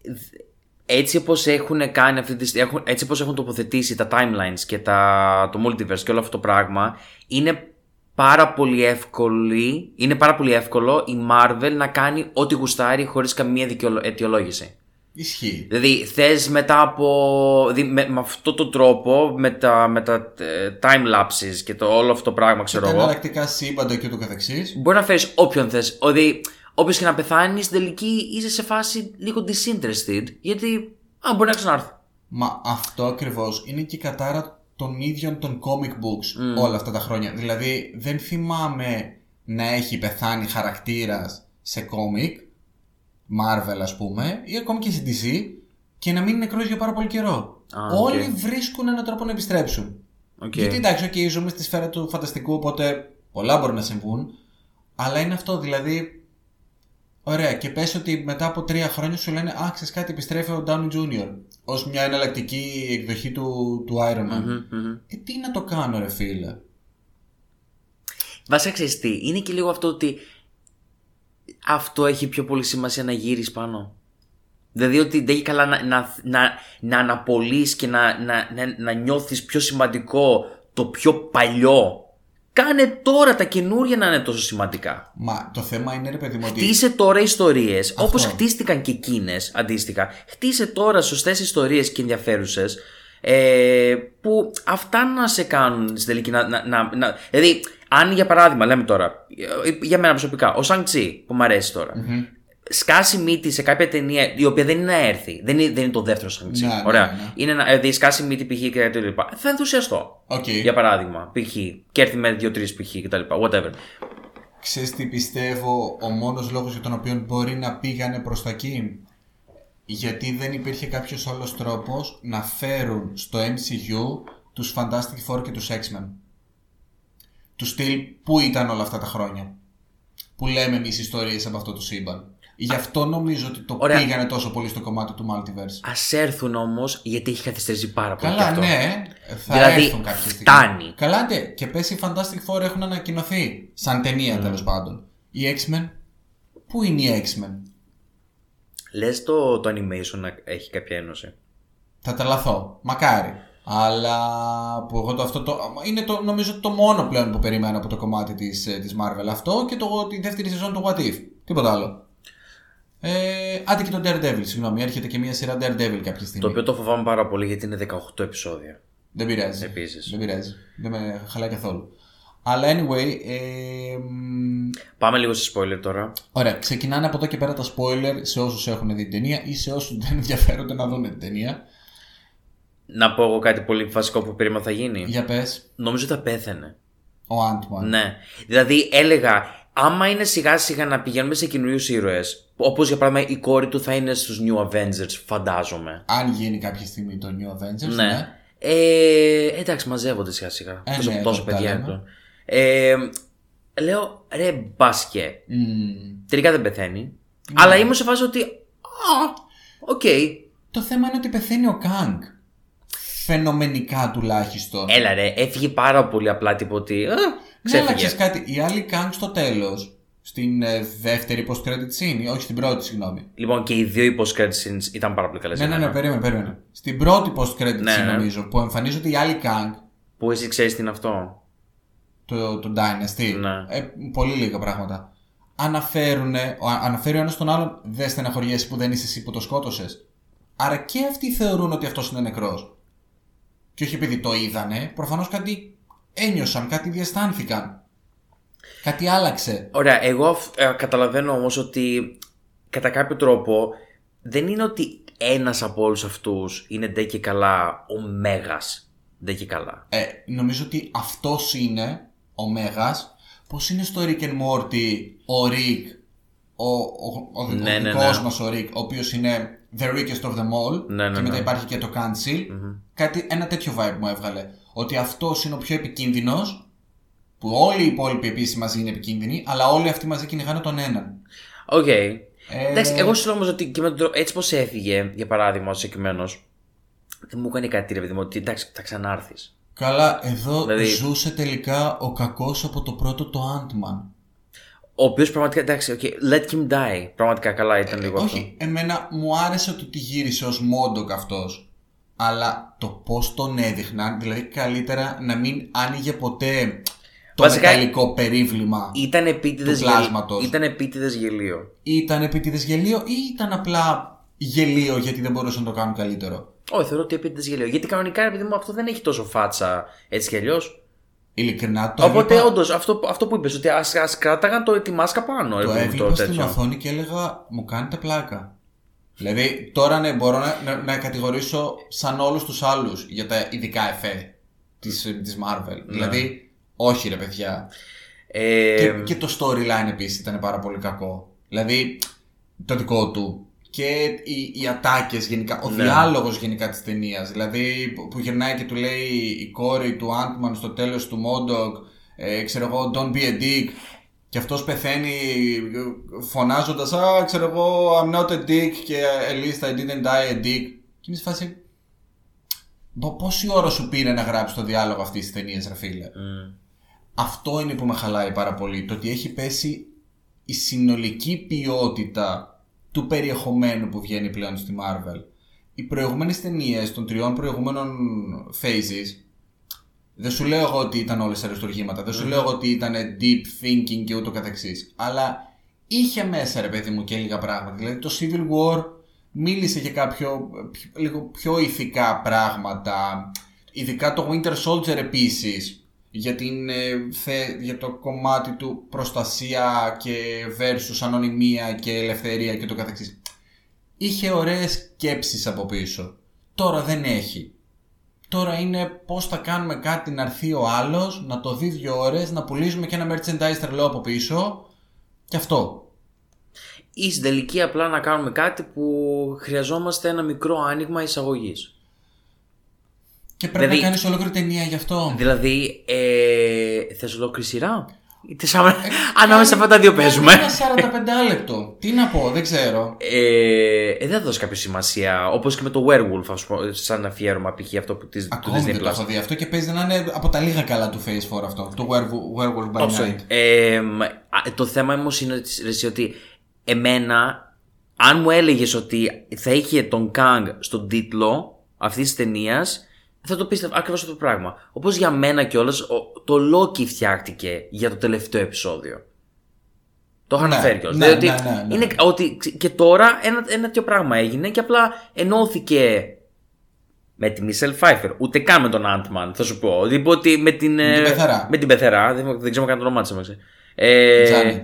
[SPEAKER 1] δ- έτσι όπως έχουν κάνει αυτή τη στι- έχουν, έτσι όπως έχουν τοποθετήσει τα timelines και τα, το multiverse και όλο αυτό το πράγμα είναι πάρα πολύ εύκολη είναι πάρα πολύ εύκολο η Marvel να κάνει ό,τι γουστάρει χωρίς καμία δικαιολο- αιτιολόγηση
[SPEAKER 2] Ισχύει.
[SPEAKER 1] Δηλαδή θες μετά από... δη- με, με αυτό τον τρόπο, με τα, με τα ε, time lapses και το όλο αυτό το πράγμα ξέρω
[SPEAKER 2] Τα
[SPEAKER 1] εγώ,
[SPEAKER 2] εναλλακτικά σύμπαντα και ούτω καθεξής.
[SPEAKER 1] μπορεί να φέρεις όποιον θες. Δηλαδή όποιος και να πεθάνει στην τελική είσαι σε φάση λίγο disinterested γιατί α, μπορεί να ξανάρθει.
[SPEAKER 2] Μα αυτό ακριβώς είναι και η κατάρα των ίδιων των comic books όλα αυτά τα χρόνια. Δηλαδή δεν θυμάμαι να έχει πεθάνει χαρακτήρας σε comic, Marvel ας πούμε, ή ακόμη και σε DC, και να μείνει νεκρός για πάρα πολύ καιρό.
[SPEAKER 1] Α, οκ.
[SPEAKER 2] Όλοι βρίσκουν έναν τρόπο να επιστρέψουν.
[SPEAKER 1] Οκ.
[SPEAKER 2] Γιατί εντάξει, okay, ζούμε στη σφαίρα του φανταστικού, οπότε πολλά μπορεί να συμβούν. Αλλά είναι αυτό, δηλαδή. Ωραία, και πες ότι μετά από τρία χρόνια σου λένε Α, ξέρεις κάτι, επιστρέφει ο Downey Jr. ως μια εναλλακτική εκδοχή του, του Iron Man.
[SPEAKER 1] Μμμ, μμμ.
[SPEAKER 2] Ε, τι να το κάνω, ρε φίλε.
[SPEAKER 1] Βασικά ξέρεις τι, είναι και λίγο αυτό ότι αυτό έχει πιο πολύ σημασία να γύρεις πάνω. Δηλαδή ότι δεν έχει καλά να, να, να, να αναπολύεις και να, να, να, να νιώθεις πιο σημαντικό το πιο παλιό. Κάνε τώρα τα καινούργια να είναι τόσο σημαντικά.
[SPEAKER 2] Μα το θέμα είναι, ρε παιδί μου, ότι.
[SPEAKER 1] Χτίσε τώρα ιστορίες, όπως χτίστηκαν και εκείνες αντίστοιχα. Χτίσε τώρα σωστές ιστορίες και ενδιαφέρουσες. Ε, που αυτά να σε κάνουν στην τελική να, να, να, να- Δηλαδή, αν για παράδειγμα, λέμε τώρα, ε, για μένα προσωπικά, ο Σαν Τσι που μου αρέσει τώρα, σκάσει μύτη σε κάποια ταινία η οποία δεν είναι να έρθει, δεν είναι, δεν είναι το δεύτερο Σαν Τσι.
[SPEAKER 2] Ναι, ναι,
[SPEAKER 1] ωραία.
[SPEAKER 2] ναι.
[SPEAKER 1] Είναι να, δηλαδή, σκάσει μύτη π.χ. και τα λοιπά. Θα ενθουσιαστώ.
[SPEAKER 2] Οκ.
[SPEAKER 1] Για παράδειγμα, π.χ. και έρθει με δύο-τρει π.χ. και τα λοιπά. Whatever.
[SPEAKER 2] Ξέρεις τι πιστεύω ο μόνος λόγος για τον οποίο μπορεί να πήγανε προς τα εκεί γιατί δεν υπήρχε κάποιος άλλος τρόπος να φέρουν στο MCU τους Fantastic Four και τους X-Men του στυλ που ήταν όλα αυτά τα χρόνια που λέμε εμείς ιστορίες από αυτό το σύμπαν γι' αυτό νομίζω ότι το
[SPEAKER 1] Ωραία.
[SPEAKER 2] πήγανε τόσο πολύ στο κομμάτι του Multiverse
[SPEAKER 1] Ας έρθουν όμως, γιατί έχει καθυστερήσει πάρα πολύ.
[SPEAKER 2] Καλά
[SPEAKER 1] και αυτό.
[SPEAKER 2] ναι θα
[SPEAKER 1] Δηλαδή,
[SPEAKER 2] έρθουν κάποια στιγμή
[SPEAKER 1] φτάνει.
[SPEAKER 2] Καλά ναι και πες οι Fantastic Four έχουν ανακοινωθεί σαν
[SPEAKER 1] Ναι.
[SPEAKER 2] ταινία τέλος πάντων Οι X-Men Πού είναι οι X-Men
[SPEAKER 1] Λες το, το animation να έχει κάποια ένωση.
[SPEAKER 2] Θα τρελαθώ. Μακάρι. Αλλά που εγώ το, αυτό το, είναι το, νομίζω το μόνο πλέον που περιμένω από το κομμάτι της, ε, της Marvel. Αυτό και το, τη δεύτερη σεζόν του What If. Τίποτα άλλο. Ε, άντε και το Daredevil, συγγνώμη. Έρχεται και μια σειρά Daredevil κάποια στιγμή.
[SPEAKER 1] Το οποίο το φοβάμαι πάρα πολύ γιατί είναι 18 επεισόδια.
[SPEAKER 2] Δεν πειράζει.
[SPEAKER 1] Επίσης.
[SPEAKER 2] Δεν πειράζει. Δεν με χαλάει καθόλου. Αλλά anyway, ε, μ,
[SPEAKER 1] Πάμε λίγο σε spoiler τώρα.
[SPEAKER 2] Ωραία, ξεκινάνε από εδώ και πέρα τα spoiler σε όσους έχουν δει την ταινία ή σε όσους δεν [laughs] ενδιαφέρονται να δουν την ταινία.
[SPEAKER 1] Να πω εγώ κάτι πολύ βασικό που περίμενα θα γίνει.
[SPEAKER 2] Για πες,
[SPEAKER 1] Νομίζω ότι θα πέθανε.
[SPEAKER 2] ο Άντμαν.
[SPEAKER 1] Ναι. Δηλαδή έλεγα, άμα είναι σιγά σιγά να πηγαίνουμε σε καινούριους ήρωες, όπως για παράδειγμα η κόρη του θα είναι στους New Avengers, φαντάζομαι.
[SPEAKER 2] Αν γίνει κάποια στιγμή το New Avengers,
[SPEAKER 1] Ναι.
[SPEAKER 2] ναι.
[SPEAKER 1] Ε, εντάξει, μαζεύονται σιγά σιγά.
[SPEAKER 2] Ε,
[SPEAKER 1] τόσο
[SPEAKER 2] ναι,
[SPEAKER 1] τόσο
[SPEAKER 2] εδώ τα
[SPEAKER 1] παιδιά
[SPEAKER 2] λέμε.
[SPEAKER 1] είναι. Ε, λέω, ρε μπάσκε,
[SPEAKER 2] Μμμ.
[SPEAKER 1] Τελικά δεν πεθαίνει.
[SPEAKER 2] Ναι.
[SPEAKER 1] Αλλά ήμουν σε φάση ότι. Α, οκ.
[SPEAKER 2] Το θέμα είναι ότι πεθαίνει ο Κανγκ. Φαινομενικά τουλάχιστον.
[SPEAKER 1] Ε, Έλα ρε, έφυγε πάρα πολύ απλά τίποτα.
[SPEAKER 2] Ναι, αλλά ξέρεις κάτι, οι άλλοι κάνουν στο τέλος. Στην ε, δεύτερη post-credit scene, όχι στην πρώτη, συγγνώμη.
[SPEAKER 1] Λοιπόν, και οι δύο post-credit scenes ήταν πάρα πολύ καλές.
[SPEAKER 2] Ναι, ναι, ναι, περίμενε, περίμενε. Στην πρώτη post-credit
[SPEAKER 1] Ναι,
[SPEAKER 2] scene,
[SPEAKER 1] ναι.
[SPEAKER 2] νομίζω, που εμφανίζονται οι άλλοι Kang,
[SPEAKER 1] Που εσύ ξέρεις τι είναι αυτό.
[SPEAKER 2] το, το Dynasty.
[SPEAKER 1] Ναι.
[SPEAKER 2] Ε, πολύ λίγα πράγματα. Αναφέρουν, αναφέρει ο ένας τον άλλον, δεν στεναχωριέσαι που δεν είσαι εσύ που το σκότωσες. Άρα και αυτοί θεωρούν ότι αυτός είναι νεκρός. Και όχι επειδή το είδανε, προφανώς κάτι ένιωσαν, κάτι διαισθάνθηκαν. Κάτι άλλαξε.
[SPEAKER 1] Ωραία, εγώ αυ- ε, καταλαβαίνω όμως ότι κατά κάποιο τρόπο δεν είναι ότι ένας από όλους αυτούς είναι ντε και καλά ο Μέγας. Ντε και καλά.
[SPEAKER 2] Ε, νομίζω ότι αυτός είναι ο Μέγας. Πώς είναι στο Rick and Morty ο Rick, ο, ο, ο,
[SPEAKER 1] Ναι,
[SPEAKER 2] ο
[SPEAKER 1] ναι,
[SPEAKER 2] δικός
[SPEAKER 1] ναι.
[SPEAKER 2] μας ο Rick, ο οποίος είναι the richest of them all.
[SPEAKER 1] Ναι, ναι,
[SPEAKER 2] και μετά
[SPEAKER 1] ναι. Mm-hmm.
[SPEAKER 2] υπάρχει και το Cancel. Κάτι, ένα τέτοιο vibe μου έβγαλε. Ότι αυτός είναι ο πιο επικίνδυνος, που όλοι οι υπόλοιποι επίσης μαζί είναι επικίνδυνοι, αλλά όλοι αυτοί μαζί κυνηγάνε τον έναν.
[SPEAKER 1] Οκ.
[SPEAKER 2] Ε,
[SPEAKER 1] Εντάξει, εγώ σου λέω όμως ότι και με τον τρόπο, έτσι πώ έφυγε, για παράδειγμα, ο συγκεκριμένος, δεν μου έκανε κάτι, ρε παιδί μου, ότι εντάξει, θα ξανάρθεις.
[SPEAKER 2] Καλά, εδώ
[SPEAKER 1] Δηλαδή-
[SPEAKER 2] ζούσε τελικά ο κακός από το πρώτο το Ant-Man.
[SPEAKER 1] Ο οποίος πραγματικά, εντάξει, οκ, let him die. Πραγματικά καλά ήταν λίγο αυτό.
[SPEAKER 2] Όχι, εμένα μου άρεσε ότι τη γύρισε ως Μόντοκ αυτός. Αλλά το πώς τον έδειχναν, δηλαδή καλύτερα να μην άνοιγε ποτέ το
[SPEAKER 1] Βασικά-
[SPEAKER 2] μεταλλικό περίβλημα.
[SPEAKER 1] Ήταν επίτηδες
[SPEAKER 2] Του πλάσματος.
[SPEAKER 1] Ήταν επίτηδες γελίο.
[SPEAKER 2] Ήταν επίτηδες γελίο ή ήταν απλά γελίο γιατί δεν μπορούσαν να το κάνουν καλύτερο.
[SPEAKER 1] Όχι, θεωρώ ότι επίτηδες γελίο. Γιατί κανονικά, ρε παιδί μου, αυτό δεν έχει τόσο φάτσα έτσι κι αλλιώς.
[SPEAKER 2] Ειλικρινά το
[SPEAKER 1] Οπότε,
[SPEAKER 2] έβλεπα,
[SPEAKER 1] όντως, αυτό, αυτό που είπες, ότι ας κράταγαν το, τη μάσκα πάνω. ρε
[SPEAKER 2] το
[SPEAKER 1] παιδί μου,
[SPEAKER 2] έβλεπα στην οθόνη και έλεγα μου κάνετε πλάκα. Δηλαδή τώρα ναι, μπορώ να, να, να κατηγορήσω σαν όλους τους άλλους για τα ειδικά εφέ της, της Marvel.
[SPEAKER 1] Ναι.
[SPEAKER 2] Δηλαδή όχι ρε παιδιά,
[SPEAKER 1] Ε,
[SPEAKER 2] Και, και το storyline επίσης ήταν πάρα πολύ κακό. Δηλαδή, το δικό του. Και οι, οι ατάκες γενικά, ο
[SPEAKER 1] Ναι.
[SPEAKER 2] διάλογος γενικά της ταινίας. Δηλαδή, που, που γυρνάει και του λέει η κόρη του Άντμαν στο τέλος του Μόντοκ, ε, ξέρω εγώ, Don't be a dick. Και αυτός πεθαίνει φωνάζοντας, Α, ξέρω εγώ, I'm not a dick και at least I didn't die a dick. Και είναι σε φάση. «Πο- Πόση ώρα σου πήρε να γράψεις το διάλογο αυτής της ταινίας, ρε φίλε.
[SPEAKER 1] μ,
[SPEAKER 2] Αυτό είναι που με χαλάει πάρα πολύ. Το ότι έχει πέσει η συνολική ποιότητα του περιεχομένου που βγαίνει πλέον στη Marvel. Οι προηγούμενες ταινίες των τριών προηγούμενων phases δεν σου λέω εγώ ότι ήταν όλες αριστοργήματα, δεν σου λέω εγώ ότι ήταν deep thinking και ούτω καθεξής. Αλλά είχε μέσα ρε παιδί μου και λίγα πράγματα. Δηλαδή το Civil War μίλησε για κάποιο ε, πιο- λίγο πιο ηθικά πράγματα. Ειδικά το Winter Soldier επίσης για, την, ε, θε- για το κομμάτι του προστασία και versus ανωνυμία και ελευθερία και το καθεξής. Είχε ωραίες σκέψεις από πίσω. Τώρα δεν έχει. Τώρα είναι πώς θα κάνουμε κάτι να έρθει ο άλλος, να το δει δύο ώρες, να πουλήσουμε και ένα merchandise τρελό από πίσω και αυτό.
[SPEAKER 1] ή στην τελική απλά να κάνουμε κάτι που χρειαζόμαστε ένα μικρό άνοιγμα εισαγωγής.
[SPEAKER 2] Και πρέπει
[SPEAKER 1] Δηλαδή-
[SPEAKER 2] να κάνεις ολόκληρη ταινία γι' αυτό.
[SPEAKER 1] Δηλαδή, ε, θες ολόκληρη σειρά. Ή τις άμα- [laughs] Ανάμεσα από τα δύο
[SPEAKER 2] Κάνε
[SPEAKER 1] παίζουμε.
[SPEAKER 2] Ε, Ένα 45 λεπτό. Τι να πω, δεν ξέρω.
[SPEAKER 1] Ε, ε, δεν θα δώσει κάποια σημασία. Όπως και με το Werewolf, ας πούμε, σαν αφιέρωμα π.χ. αυτό που της, του
[SPEAKER 2] Ακόμη
[SPEAKER 1] Disney
[SPEAKER 2] δεν το
[SPEAKER 1] Plus.
[SPEAKER 2] έχω δει αυτό και παίζει να είναι από τα λίγα καλά του Phase 4 αυτό. Το Werewolf, Werewolf by Night.
[SPEAKER 1] Ε, μ, α, το θέμα όμως είναι ότι- ρε, εσύ, ότι εμένα, αν μου έλεγες ότι θα είχε τον Kang στον τίτλο αυτής της ταινίας, θα το πίστευα ακριβώς αυτό το πράγμα. Όπως για μένα κιόλας, το Loki φτιάχτηκε για το τελευταίο επεισόδιο. Το είχα
[SPEAKER 2] Ναι,
[SPEAKER 1] αναφέρει κιόλας.
[SPEAKER 2] ναι,
[SPEAKER 1] δηλαδή
[SPEAKER 2] ναι,
[SPEAKER 1] ότι
[SPEAKER 2] ναι, ναι.
[SPEAKER 1] Είναι, ότι ξε- και τώρα ένα, ένα τέτοιο πράγμα έγινε και απλά ενώθηκε με τη Μισελ Φάιφερ, ούτε καν με τον Άντμαν, θα σου πω. Δηλαδή, ότι με την. Με
[SPEAKER 2] την Πεθερά.
[SPEAKER 1] Με την Πεθερά, δεν, δεν ξέρω καν το όνομά της έμαξε. Ε,
[SPEAKER 2] Janet.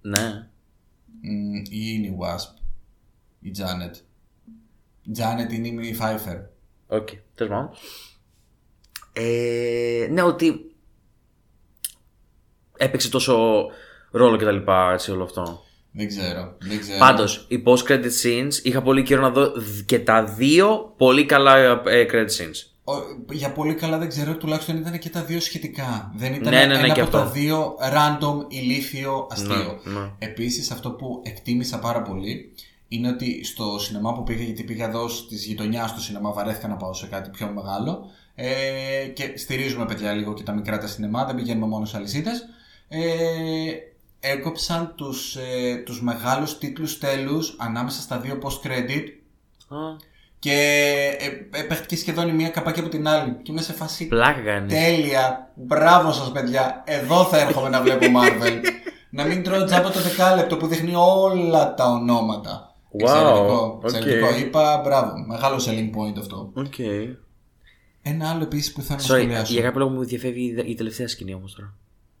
[SPEAKER 1] Ναι.
[SPEAKER 2] Μμ, Ή είναι Mm, η Wasp. Η Janet. Η Janet είναι η Pfeiffer.
[SPEAKER 1] Οκ, τέλος πάντων. Ε, ναι, ότι. Έπαιξε τόσο ρόλο και τα λοιπά, έτσι όλο αυτό.
[SPEAKER 2] Δεν ξέρω. Δεν ξέρω.
[SPEAKER 1] Πάντως, οι post-credit scenes είχα πολύ καιρό να δω δ- και τα δύο πολύ καλά ε, credit scenes.
[SPEAKER 2] Ο- για πολύ καλά δεν ξέρω, τουλάχιστον ήταν και τα δύο σχετικά. Δεν ήταν
[SPEAKER 1] Ναι, ναι, ναι,
[SPEAKER 2] ένα
[SPEAKER 1] και
[SPEAKER 2] από τα
[SPEAKER 1] αυτό.
[SPEAKER 2] δύο random, ηλίθιο, αστείο.
[SPEAKER 1] Ναι, ναι.
[SPEAKER 2] Επίσης αυτό που εκτίμησα πάρα πολύ είναι ότι στο σινεμά που πήγα, γιατί πήγα εδώ τη γειτονιά στο σινεμά, βαρέθηκα να πάω σε κάτι πιο μεγάλο, Ε, και στηρίζουμε παιδιά λίγο και τα μικρά τα σινεμά, δεν πηγαίνουμε μόνο σε αλυσίδες. Ε, έκοψαν τους, ε, τους μεγάλους τίτλους τέλους ανάμεσα στα δύο post-credit και ε, έπαιχτηκε σχεδόν η μία καπάκι από την άλλη και είμαι σε φάση
[SPEAKER 1] Πλάκα κάνεις.
[SPEAKER 2] Ναι. τέλεια, μπράβο σας παιδιά, εδώ θα έρχομαι να βλέπω Marvel. να μην τρώω τζάμπα το δεκάλεπτο που δείχνει όλα τα ονόματα.
[SPEAKER 1] Wow,
[SPEAKER 2] εξαιρετικό,
[SPEAKER 1] οκ.
[SPEAKER 2] εξαιρετικό. Είπα μπράβο, μεγάλο selling point αυτό.
[SPEAKER 1] Οκ.
[SPEAKER 2] Ένα άλλο επίσης που θέλω να
[SPEAKER 1] Sorry,
[SPEAKER 2] σχολιάσω.
[SPEAKER 1] για κάποιο λόγο μου διαφεύγει η- η τελευταία σκηνή όμως τώρα.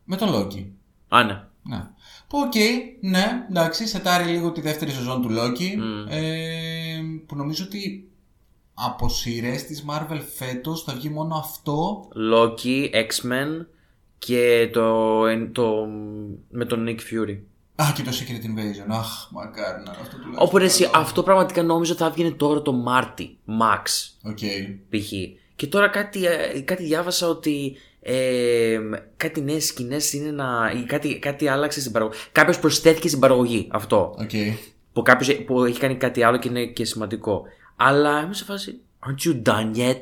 [SPEAKER 2] Με τον Loki.
[SPEAKER 1] Α, ναι.
[SPEAKER 2] Ναι. Που οκ, ναι, εντάξει, σετάρει λίγο τη δεύτερη σεζόν του Loki.
[SPEAKER 1] Mm.
[SPEAKER 2] Ε, που νομίζω ότι από σειρές της Marvel φέτος θα βγει μόνο αυτό.
[SPEAKER 1] Loki, X-Men και το, εν- το, με τον Nick Fury.
[SPEAKER 2] Α, και το Secret Invasion. Αχ, μακάρι να είναι αυτό τουλάχιστον.
[SPEAKER 1] Όπου ρε εσύ, αυτό πραγματικά νόμιζα θα έβγαινε τώρα το Μάρτι, Max
[SPEAKER 2] Οκ.
[SPEAKER 1] π.χ. Και τώρα κάτι, ε, κάτι διάβασα ότι ε, κάτι νέες σκηνές είναι να. ή κάτι, κάτι άλλαξε στην παραγωγή. Κάποιος προσθέθηκε στην παραγωγή αυτό.
[SPEAKER 2] Οκ.
[SPEAKER 1] Που κάποιος που έχει κάνει κάτι άλλο και είναι και σημαντικό. Αλλά είμαι σε φάση. Aren't you done yet?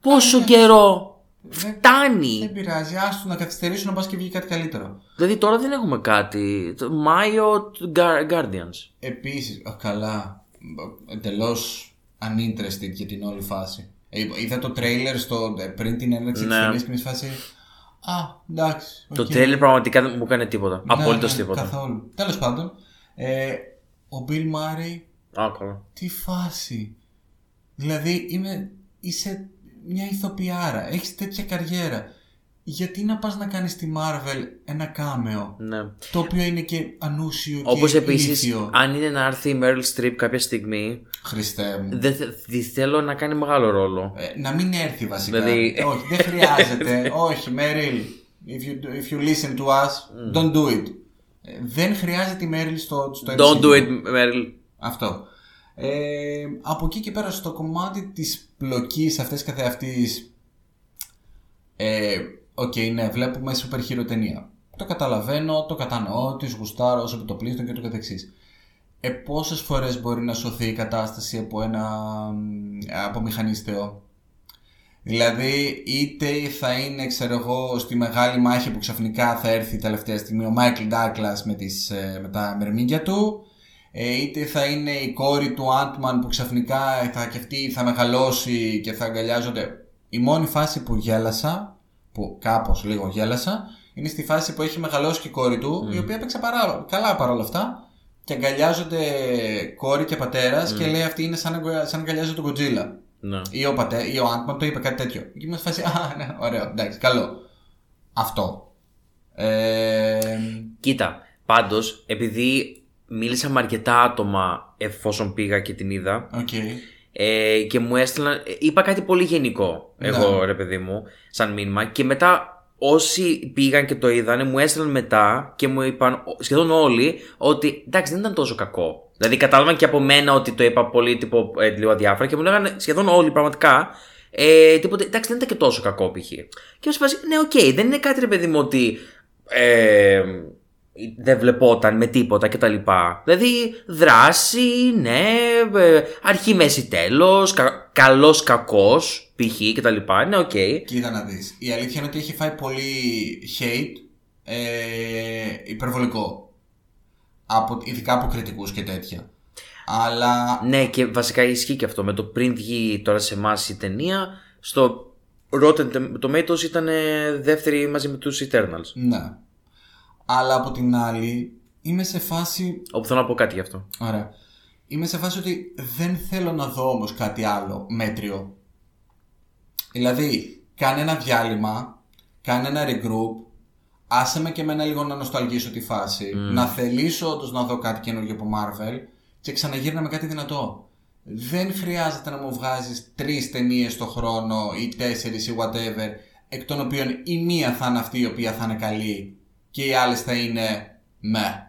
[SPEAKER 1] Πόσο καιρό! Φτάνει!
[SPEAKER 2] Δεν πειράζει, άστο να καθυστερήσουν να πας και βγει κάτι καλύτερο.
[SPEAKER 1] Δηλαδή τώρα δεν έχουμε κάτι. Το Μάιο του Gu- Guardians.
[SPEAKER 2] Επίση, καλά, εντελώς uninterested για την όλη φάση. Ε, είδα το τρέιλερ στο, ε, πριν την έναρξη της
[SPEAKER 1] Ναι.
[SPEAKER 2] ταινίας και με φάση. Α, εντάξει.
[SPEAKER 1] Το
[SPEAKER 2] οκ».
[SPEAKER 1] τρέλι πραγματικά δεν μου έκανε τίποτα.
[SPEAKER 2] Ναι,
[SPEAKER 1] Απολύτως
[SPEAKER 2] ναι,
[SPEAKER 1] τίποτα.
[SPEAKER 2] Καθόλου. Τέλος πάντων, ε, ο Bill Murray,
[SPEAKER 1] Α, καλά.
[SPEAKER 2] τι φάση. Δηλαδή, είμαι, είσαι μια ηθοποιάρα, έχεις τέτοια καριέρα. Γιατί να πας να κάνεις στη Marvel ένα κάμεο,
[SPEAKER 1] Ναι.
[SPEAKER 2] το οποίο είναι και ανούσιο
[SPEAKER 1] Όπω
[SPEAKER 2] και
[SPEAKER 1] επίσης,
[SPEAKER 2] ηλίθιο.
[SPEAKER 1] αν είναι να έρθει η Meryl Streep κάποια στιγμή,
[SPEAKER 2] Χριστέ μου.
[SPEAKER 1] δεν θε- τη θέλω να κάνει μεγάλο ρόλο.
[SPEAKER 2] Ε, να μην έρθει βασικά.
[SPEAKER 1] Δηλαδή-
[SPEAKER 2] Όχι, δεν χρειάζεται. Όχι, Μέριλ. If you, if you listen to us,
[SPEAKER 1] Mm.
[SPEAKER 2] don't do it. Ε, δεν χρειάζεται η Μέριλ στο, στο
[SPEAKER 1] Don't
[SPEAKER 2] MCU.
[SPEAKER 1] do it, Meryl.
[SPEAKER 2] Αυτό. Ε, από εκεί και πέρα στο κομμάτι της πλοκής αυτής καθεαυτής ε, Οκ, ναι, βλέπουμε super hero ταινία. Το καταλαβαίνω, το κατανοώ, τις γουστάρω όσο επιτοπλίστων και το καθεξής. Ε, πόσες φορές μπορεί να σωθεί η κατάσταση από ένα μ, από μηχανίστεο. Δηλαδή, είτε θα είναι, ξέρω εγώ, στη μεγάλη μάχη που ξαφνικά θα έρθει η τελευταία στιγμή ο Μάικλ Ντάκλας με, τις, ε, με τα μερμήγκια του, ε, είτε θα είναι η κόρη του Άντμαν που ξαφνικά θα, και αυτή θα μεγαλώσει και θα αγκαλιάζονται. Η μόνη φάση που γέλασα, που κάπως λίγο γέλασα, είναι στη φάση που έχει μεγαλώσει και η κόρη του, η οποία έπαιξε παρά, καλά παρόλα αυτά. Και αγκαλιάζονται κόρη και πατέρας και λέει αυτή είναι σαν, να αγκαλιά- σαν να αγκαλιάζει τον Κοντζίλα.
[SPEAKER 1] Ναι.
[SPEAKER 2] Ή ο, πατέ, ή ο Άντμαν το είπε κάτι τέτοιο. Και ήμουν σε φάση, α, ναι, ωραίο, εντάξει, καλό. Αυτό. Ε,
[SPEAKER 1] Κοίτα, πάντως, επειδή μίλησα με αρκετά άτομα εφόσον πήγα και την είδα
[SPEAKER 2] οκ.
[SPEAKER 1] ε, και μου έστειλαν. Είπα κάτι πολύ γενικό, εγώ
[SPEAKER 2] Ναι.
[SPEAKER 1] ρε παιδί μου, σαν μήνυμα. Και μετά όσοι πήγαν και το είδανε, μου έστειλαν μετά και μου είπαν ο- σχεδόν όλοι ότι εντάξει, δεν ήταν τόσο κακό. Δηλαδή, κατάλαβαν και από μένα ότι το είπα πολύ τύπο, ε, λίγο αδιάφορα και μου λέγανε σχεδόν όλοι πραγματικά. Ε, τίποτε, εντάξει, δεν ήταν και τόσο κακό π.χ. Και μου είπαν, ναι, οκ, δεν είναι κάτι ρε παιδί μου ότι ε, δεν βλεπόταν με τίποτα κτλ. Δηλαδή, δράση, ναι, ε, αρχή, μέση, τέλος, κα, καλός, κακός, π.χ. κτλ. Ναι, οκ.
[SPEAKER 2] Κοίτα να δεις. Η αλήθεια είναι ότι έχει φάει πολύ hate, ε, υπερβολικό. Από, ειδικά από κριτικούς και τέτοια. Αλλά
[SPEAKER 1] Ναι, και βασικά ισχύει και αυτό. Με το πριν βγει τώρα σε εμάς η ταινία, στο Rotten Tomatoes ήταν ε, δεύτερη μαζί με τους Eternals.
[SPEAKER 2] ναι. Αλλά από την άλλη είμαι σε φάση.
[SPEAKER 1] Όπου θέλω να πω κάτι γι' αυτό.
[SPEAKER 2] Ωραία. Είμαι σε φάση ότι δεν θέλω να δω όμως κάτι άλλο μέτριο. Δηλαδή, κάνε ένα διάλειμμα, κάνε ένα regroup, άσε με και εμένα λίγο να νοσταλγήσω τη φάση, να θελήσω όντως να δω κάτι καινούργιο από Marvel και ξαναγύρνα με κάτι δυνατό. Δεν χρειάζεται να μου βγάζεις τρεις ταινίες το χρόνο ή τέσσερις ή whatever, εκ των οποίων η μία θα είναι αυτή η οποία θα είναι καλή και οι άλλες θα είναι με.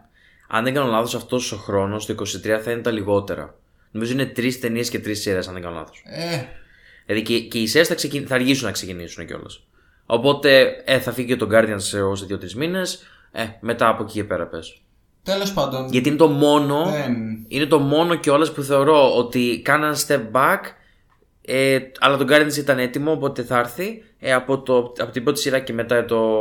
[SPEAKER 1] Αν δεν κάνω λάθος, αυτός ο χρόνος το 23 θα είναι τα λιγότερα. Νομίζω είναι τρεις ταινίες και τρεις σειρές, αν δεν κάνω λάθος.
[SPEAKER 2] Ε,
[SPEAKER 1] Δηλαδή και, και οι σειρές θα, ξεκι... θα αργήσουν να ξεκινήσουν κιόλας. Οπότε ε, θα φύγει και το Guardians σε ω δύο-τρει μήνες. Ε, μετά από εκεί και πέρα πες.
[SPEAKER 2] τέλος πάντων,
[SPEAKER 1] Γιατί είναι το μόνο.
[SPEAKER 2] δεν...
[SPEAKER 1] Είναι το μόνο κιόλας που θεωρώ ότι κάνα step back Ε, αλλά το Guardians ήταν έτοιμο, οπότε θα έρθει. Ε, από, το, από την πρώτη σειρά και μετά το,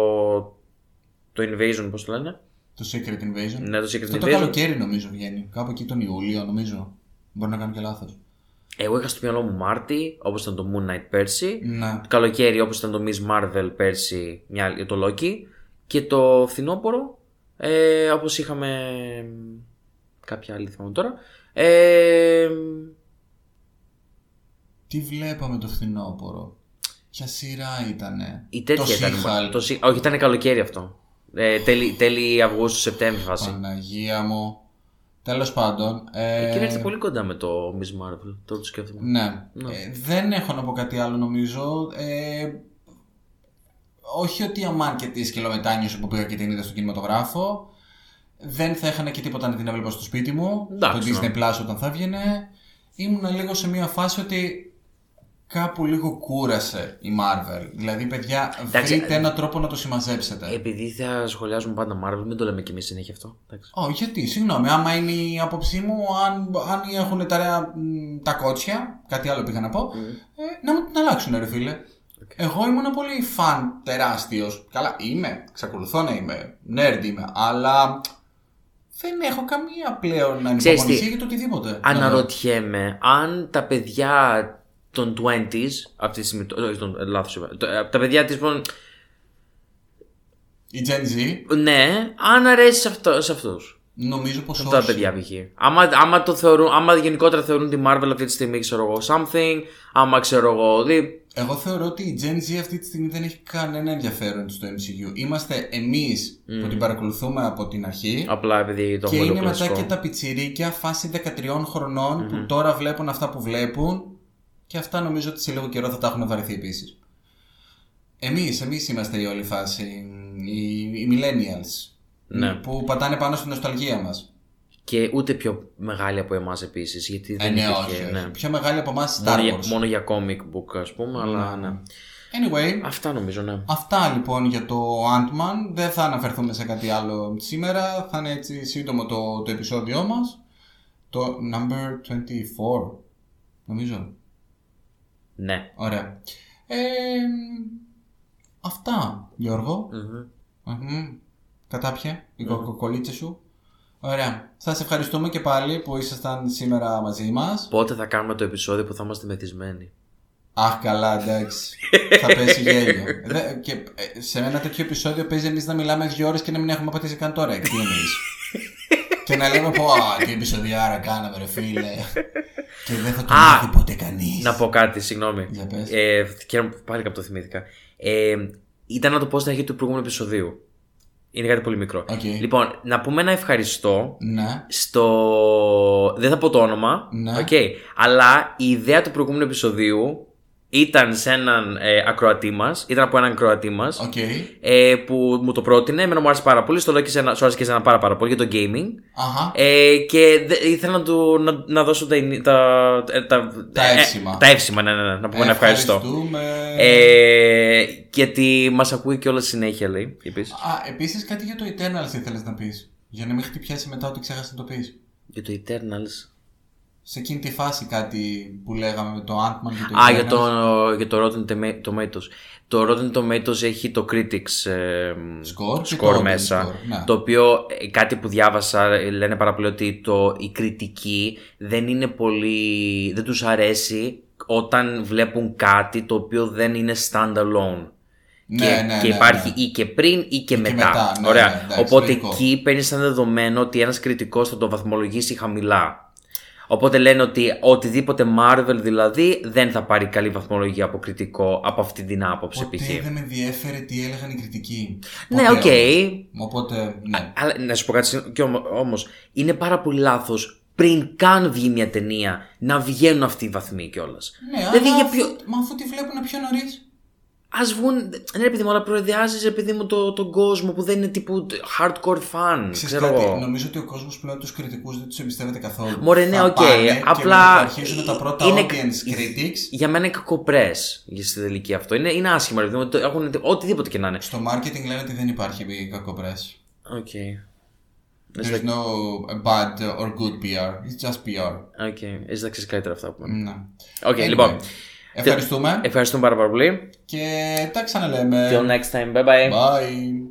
[SPEAKER 1] το Invasion, πώς το λένε.
[SPEAKER 2] Το Secret Invasion.
[SPEAKER 1] Ναι, το Secret
[SPEAKER 2] Αυτό
[SPEAKER 1] Invasion.
[SPEAKER 2] το καλοκαίρι νομίζω βγαίνει. Κάπου εκεί τον Ιούλιο νομίζω. Μπορεί να κάνω και λάθος.
[SPEAKER 1] Εγώ είχα στο μυαλό μου Μάρτι, όπως ήταν το Moon Knight πέρσι.
[SPEAKER 2] Ναι.
[SPEAKER 1] Το καλοκαίρι, όπως ήταν το Miss Marvel πέρσι, μια, άλλη- το Loki. Και το φθινόπωρο, ε, όπως είχαμε κάποια άλλη θυμάμαι τώρα. Ε,
[SPEAKER 2] Τι βλέπαμε το φθινόπωρο. Ποια σειρά ήτανε.
[SPEAKER 1] η τέτοια
[SPEAKER 2] το
[SPEAKER 1] ήταν.
[SPEAKER 2] She-Hulk.
[SPEAKER 1] Το, Sea- όχι, ήταν καλοκαίρι αυτό. Ε, τέλη, τέλη Αυγούστου-Σεπτέμβρη φάση.
[SPEAKER 2] Παναγία μου. Τέλος πάντων. Ε,
[SPEAKER 1] Εκείνο έρθει πολύ κοντά με το Miss Marvel, τώρα το σκέφτομαι.
[SPEAKER 2] Ναι. Ε, δεν έχω να πω κάτι άλλο νομίζω. Ε, όχι ότι αμάν και τι σκυλομετάνιωσε που πήγα και την είδα στον κινηματογράφο. Δεν θα έχανα και τίποτα να την έβλεπα στο σπίτι μου.
[SPEAKER 1] Εντάξει,
[SPEAKER 2] το
[SPEAKER 1] ναι.
[SPEAKER 2] Disney Plus όταν θα έβγαινε. Ήμουνα λίγο σε μια φάση ότι κάπου λίγο κούρασε η Marvel. Δηλαδή, παιδιά,
[SPEAKER 1] Εντάξει,
[SPEAKER 2] βρείτε έναν τρόπο να το συμμαζέψετε.
[SPEAKER 1] Επειδή θα σχολιάζουμε πάντα Marvel, μην το λέμε κι εμείς συνέχεια αυτό. Εντάξει.
[SPEAKER 2] Ω, γιατί, συγγνώμη, άμα είναι η άποψή μου, αν, αν έχουν τα, μ, τα κότσια, κάτι άλλο πήγα να πω, ε, να μου την αλλάξουν, ρε φίλε. Εγώ ήμουν πολύ φαν τεράστιος. Καλά, είμαι, εξακολουθώ να είμαι, nerd είμαι, αλλά δεν έχω καμία πλέον
[SPEAKER 1] Ξέρεις τι,
[SPEAKER 2] ανυπομονησία για το οτιδήποτε.
[SPEAKER 1] Αναρωτιέμαι αν τα παιδιά των 20s, αυτή τη στιγμή. Όχι, των, ε, λάθος είπα. Το- ε, Τα παιδιά της.
[SPEAKER 2] Η Gen Z,
[SPEAKER 1] Ναι, αν αρέσει σε, αυτό, σε αυτούς.
[SPEAKER 2] νομίζω πως
[SPEAKER 1] Τα
[SPEAKER 2] όχι.
[SPEAKER 1] παιδιά π.χ. Άμα, άμα, το θεωρούν, άμα γενικότερα θεωρούν τη Marvel αυτή τη στιγμή, ξέρω εγώ, something, άμα ξέρω εγώ. δι-
[SPEAKER 2] Εγώ θεωρώ ότι η Gen Z αυτή τη στιγμή δεν έχει κανένα ενδιαφέρον στο MCU. Είμαστε εμείς που την παρακολουθούμε από την αρχή.
[SPEAKER 1] απλά επειδή το
[SPEAKER 2] Και
[SPEAKER 1] έχουμε
[SPEAKER 2] είναι
[SPEAKER 1] το
[SPEAKER 2] μετά
[SPEAKER 1] κλασικό.
[SPEAKER 2] και τα πιτσιρίκια φάση 13 χρονών που τώρα βλέπουν αυτά που βλέπουν και αυτά νομίζω ότι σε λίγο καιρό θα τα έχουν βαρεθεί επίσης. Εμείς, εμείς είμαστε η όλη φάση. Οι, οι millennials.
[SPEAKER 1] Ναι.
[SPEAKER 2] Που πατάνε πάνω στην νοσταλγία μας.
[SPEAKER 1] Και ούτε πιο μεγάλη από εμάς επίσης. Γιατί
[SPEAKER 2] Ε,
[SPEAKER 1] δεν
[SPEAKER 2] ναι,
[SPEAKER 1] υπήρχε,
[SPEAKER 2] όχι. όχι.
[SPEAKER 1] ναι.
[SPEAKER 2] Πιο μεγάλοι από εμάς Star
[SPEAKER 1] Μόνο για,
[SPEAKER 2] Wars.
[SPEAKER 1] μόνο για comic book, ας πούμε, αλλά ναι.
[SPEAKER 2] Anyway,
[SPEAKER 1] Αυτά νομίζω, ναι.
[SPEAKER 2] αυτά λοιπόν για το Ant-Man. Δεν θα αναφερθούμε σε κάτι άλλο σήμερα. Θα είναι έτσι σύντομο το, το επεισόδιό μας. Το number 24. Νομίζω.
[SPEAKER 1] Ναι.
[SPEAKER 2] Ωραία. Ε, αυτά, Γιώργο. Μμμ. Κατάπια, η κοκολίτσα σου. Ωραία. Σα ευχαριστούμε και πάλι που ήσασταν σήμερα μαζί μας.
[SPEAKER 1] Πότε θα κάνουμε το επεισόδιο που θα είμαστε μεθυσμένοι.
[SPEAKER 2] Αχ, καλά, εντάξει. θα πέσει γέλιο. Δε- και ε, σε ένα τέτοιο επεισόδιο παίζει εμείς να μιλάμε δύο ώρες και να μην έχουμε πατήσει καν τώρα. Τι εννοείς? και να λέμε πω, Α, τι επεισοδιάρα κάναμε, ρε φίλε. και δεν θα το
[SPEAKER 1] Α,
[SPEAKER 2] μάθει ποτέ κανείς.
[SPEAKER 1] Να πω κάτι, συγγνώμη.
[SPEAKER 2] Για πες.
[SPEAKER 1] Ε, χαίρομαι που πάλι κάπου το θυμήθηκα. Ε, ήταν να το πω στην αρχή του προηγούμενου επεισοδίου. Είναι κάτι πολύ μικρό.
[SPEAKER 2] Οκ.
[SPEAKER 1] Λοιπόν, να πούμε ένα ευχαριστώ
[SPEAKER 2] Ναι.
[SPEAKER 1] στο. Δεν θα πω το όνομα.
[SPEAKER 2] Ναι.
[SPEAKER 1] οκ. Αλλά η ιδέα του προηγούμενου επεισοδίου ήταν σε έναν ε, ακροατή μας. Ήταν από έναν ακροατή μας.
[SPEAKER 2] Οκ.
[SPEAKER 1] ε, που μου το πρότεινε. Εμένα μου άρεσε πάρα πολύ. Στο λέω και σε ένα, σου άρεσε και σε ένα πάρα, πάρα πολύ για το gaming.
[SPEAKER 2] Αχα.
[SPEAKER 1] Ε, και δε- ήθελα να, του, να, να δώσω τα, τα, τα,
[SPEAKER 2] Τα
[SPEAKER 1] ε,
[SPEAKER 2] εύσημα.
[SPEAKER 1] τα εύσημα, ναι, ναι, ναι, να πούμε ένα ευχαριστώ.
[SPEAKER 2] Ευχαριστούμε.
[SPEAKER 1] Ε, γιατί μας ακούει και όλα συνέχεια, λέει. Επίσης.
[SPEAKER 2] Α, επίσης κάτι για το Eternals ήθελες να πεις. Για να μην χτυπιάσει μετά ότι ξέχασες να το πεις.
[SPEAKER 1] Για το Eternals.
[SPEAKER 2] Σε εκείνη τη φάση κάτι που λέγαμε με το Ant-Man και το
[SPEAKER 1] Α, για
[SPEAKER 2] Eternals.
[SPEAKER 1] το, για το Rotten Toma- Tomatoes. Το Rotten Tomatoes έχει το Critics ε,
[SPEAKER 2] Score και
[SPEAKER 1] score
[SPEAKER 2] το audience
[SPEAKER 1] μέσα.
[SPEAKER 2] score, ναι.
[SPEAKER 1] Το οποίο ε, κάτι που διάβασα ε, λένε πάρα πολύ ότι το, η κριτική δεν είναι πολύ. δεν τους αρέσει όταν βλέπουν κάτι το οποίο δεν είναι standalone.
[SPEAKER 2] Ναι,
[SPEAKER 1] και,
[SPEAKER 2] ναι,
[SPEAKER 1] και
[SPEAKER 2] ναι,
[SPEAKER 1] υπάρχει
[SPEAKER 2] ναι.
[SPEAKER 1] ή και πριν ή και μετά.
[SPEAKER 2] μετά, ναι,
[SPEAKER 1] Ωραία.
[SPEAKER 2] ναι, εντάξει,
[SPEAKER 1] Οπότε
[SPEAKER 2] λογικό.
[SPEAKER 1] εκεί παίρνεις σαν δεδομένο ότι ένας κριτικός θα το βαθμολογήσει χαμηλά. Οπότε λένε ότι οτιδήποτε Marvel δηλαδή δεν θα πάρει καλή βαθμολογία από κριτικό από αυτή την άποψη π.χ.
[SPEAKER 2] Ποτέ δεν με ενδιέφερε τι έλεγαν οι κριτικοί.
[SPEAKER 1] Ναι,
[SPEAKER 2] Ποτέ
[SPEAKER 1] οκ.
[SPEAKER 2] όμως. Οπότε, ναι.
[SPEAKER 1] Αλλά να σου πω κάτι συν- κι όμο- όμως είναι πάρα πολύ λάθος πριν καν βγει μια ταινία να βγαίνουν αυτοί οι βαθμοί κιόλας.
[SPEAKER 2] Ναι,
[SPEAKER 1] δηλαδή
[SPEAKER 2] αλλά
[SPEAKER 1] για ποιο.
[SPEAKER 2] αφού, μα αφού τη βλέπουν πιο νωρίς.
[SPEAKER 1] Ας βγουν. Ναι, επειδή μου, αλλά προεδιάζεις επειδή μου το, τον κόσμο που δεν είναι τύπου hardcore fan. ξέρω εγώ.
[SPEAKER 2] νομίζω ότι ο κόσμος πλέον τους κριτικούς δεν τους εμπιστεύεται καθόλου.
[SPEAKER 1] Μωρέ, ναι,
[SPEAKER 2] Θα
[SPEAKER 1] οκ,
[SPEAKER 2] πάνε και
[SPEAKER 1] απλά
[SPEAKER 2] μετά θα αρχίζουν τα πρώτα
[SPEAKER 1] είναι-
[SPEAKER 2] audience critics.
[SPEAKER 1] Για μένα είναι κακοπρές στην τελική αυτό. Είναι, είναι άσχημα, ρε παιδί μου, το έχουν οτιδήποτε και να είναι.
[SPEAKER 2] Στο marketing λένε ότι δεν υπάρχει κακοπρές.
[SPEAKER 1] Οκ.
[SPEAKER 2] There's no bad or good PR. It's just PR.
[SPEAKER 1] Οκ. Εσύ τα ξέρεις καλύτερα αυτά που πούμε.
[SPEAKER 2] Ναι.
[SPEAKER 1] Οκ,
[SPEAKER 2] Anyway.
[SPEAKER 1] λοιπόν. Ευχαριστούμε
[SPEAKER 2] Ευχαριστούμε πάρα, πάρα πολύ.
[SPEAKER 1] και τα ξαναλέμε.
[SPEAKER 2] Till next time. Bye bye.
[SPEAKER 1] Bye.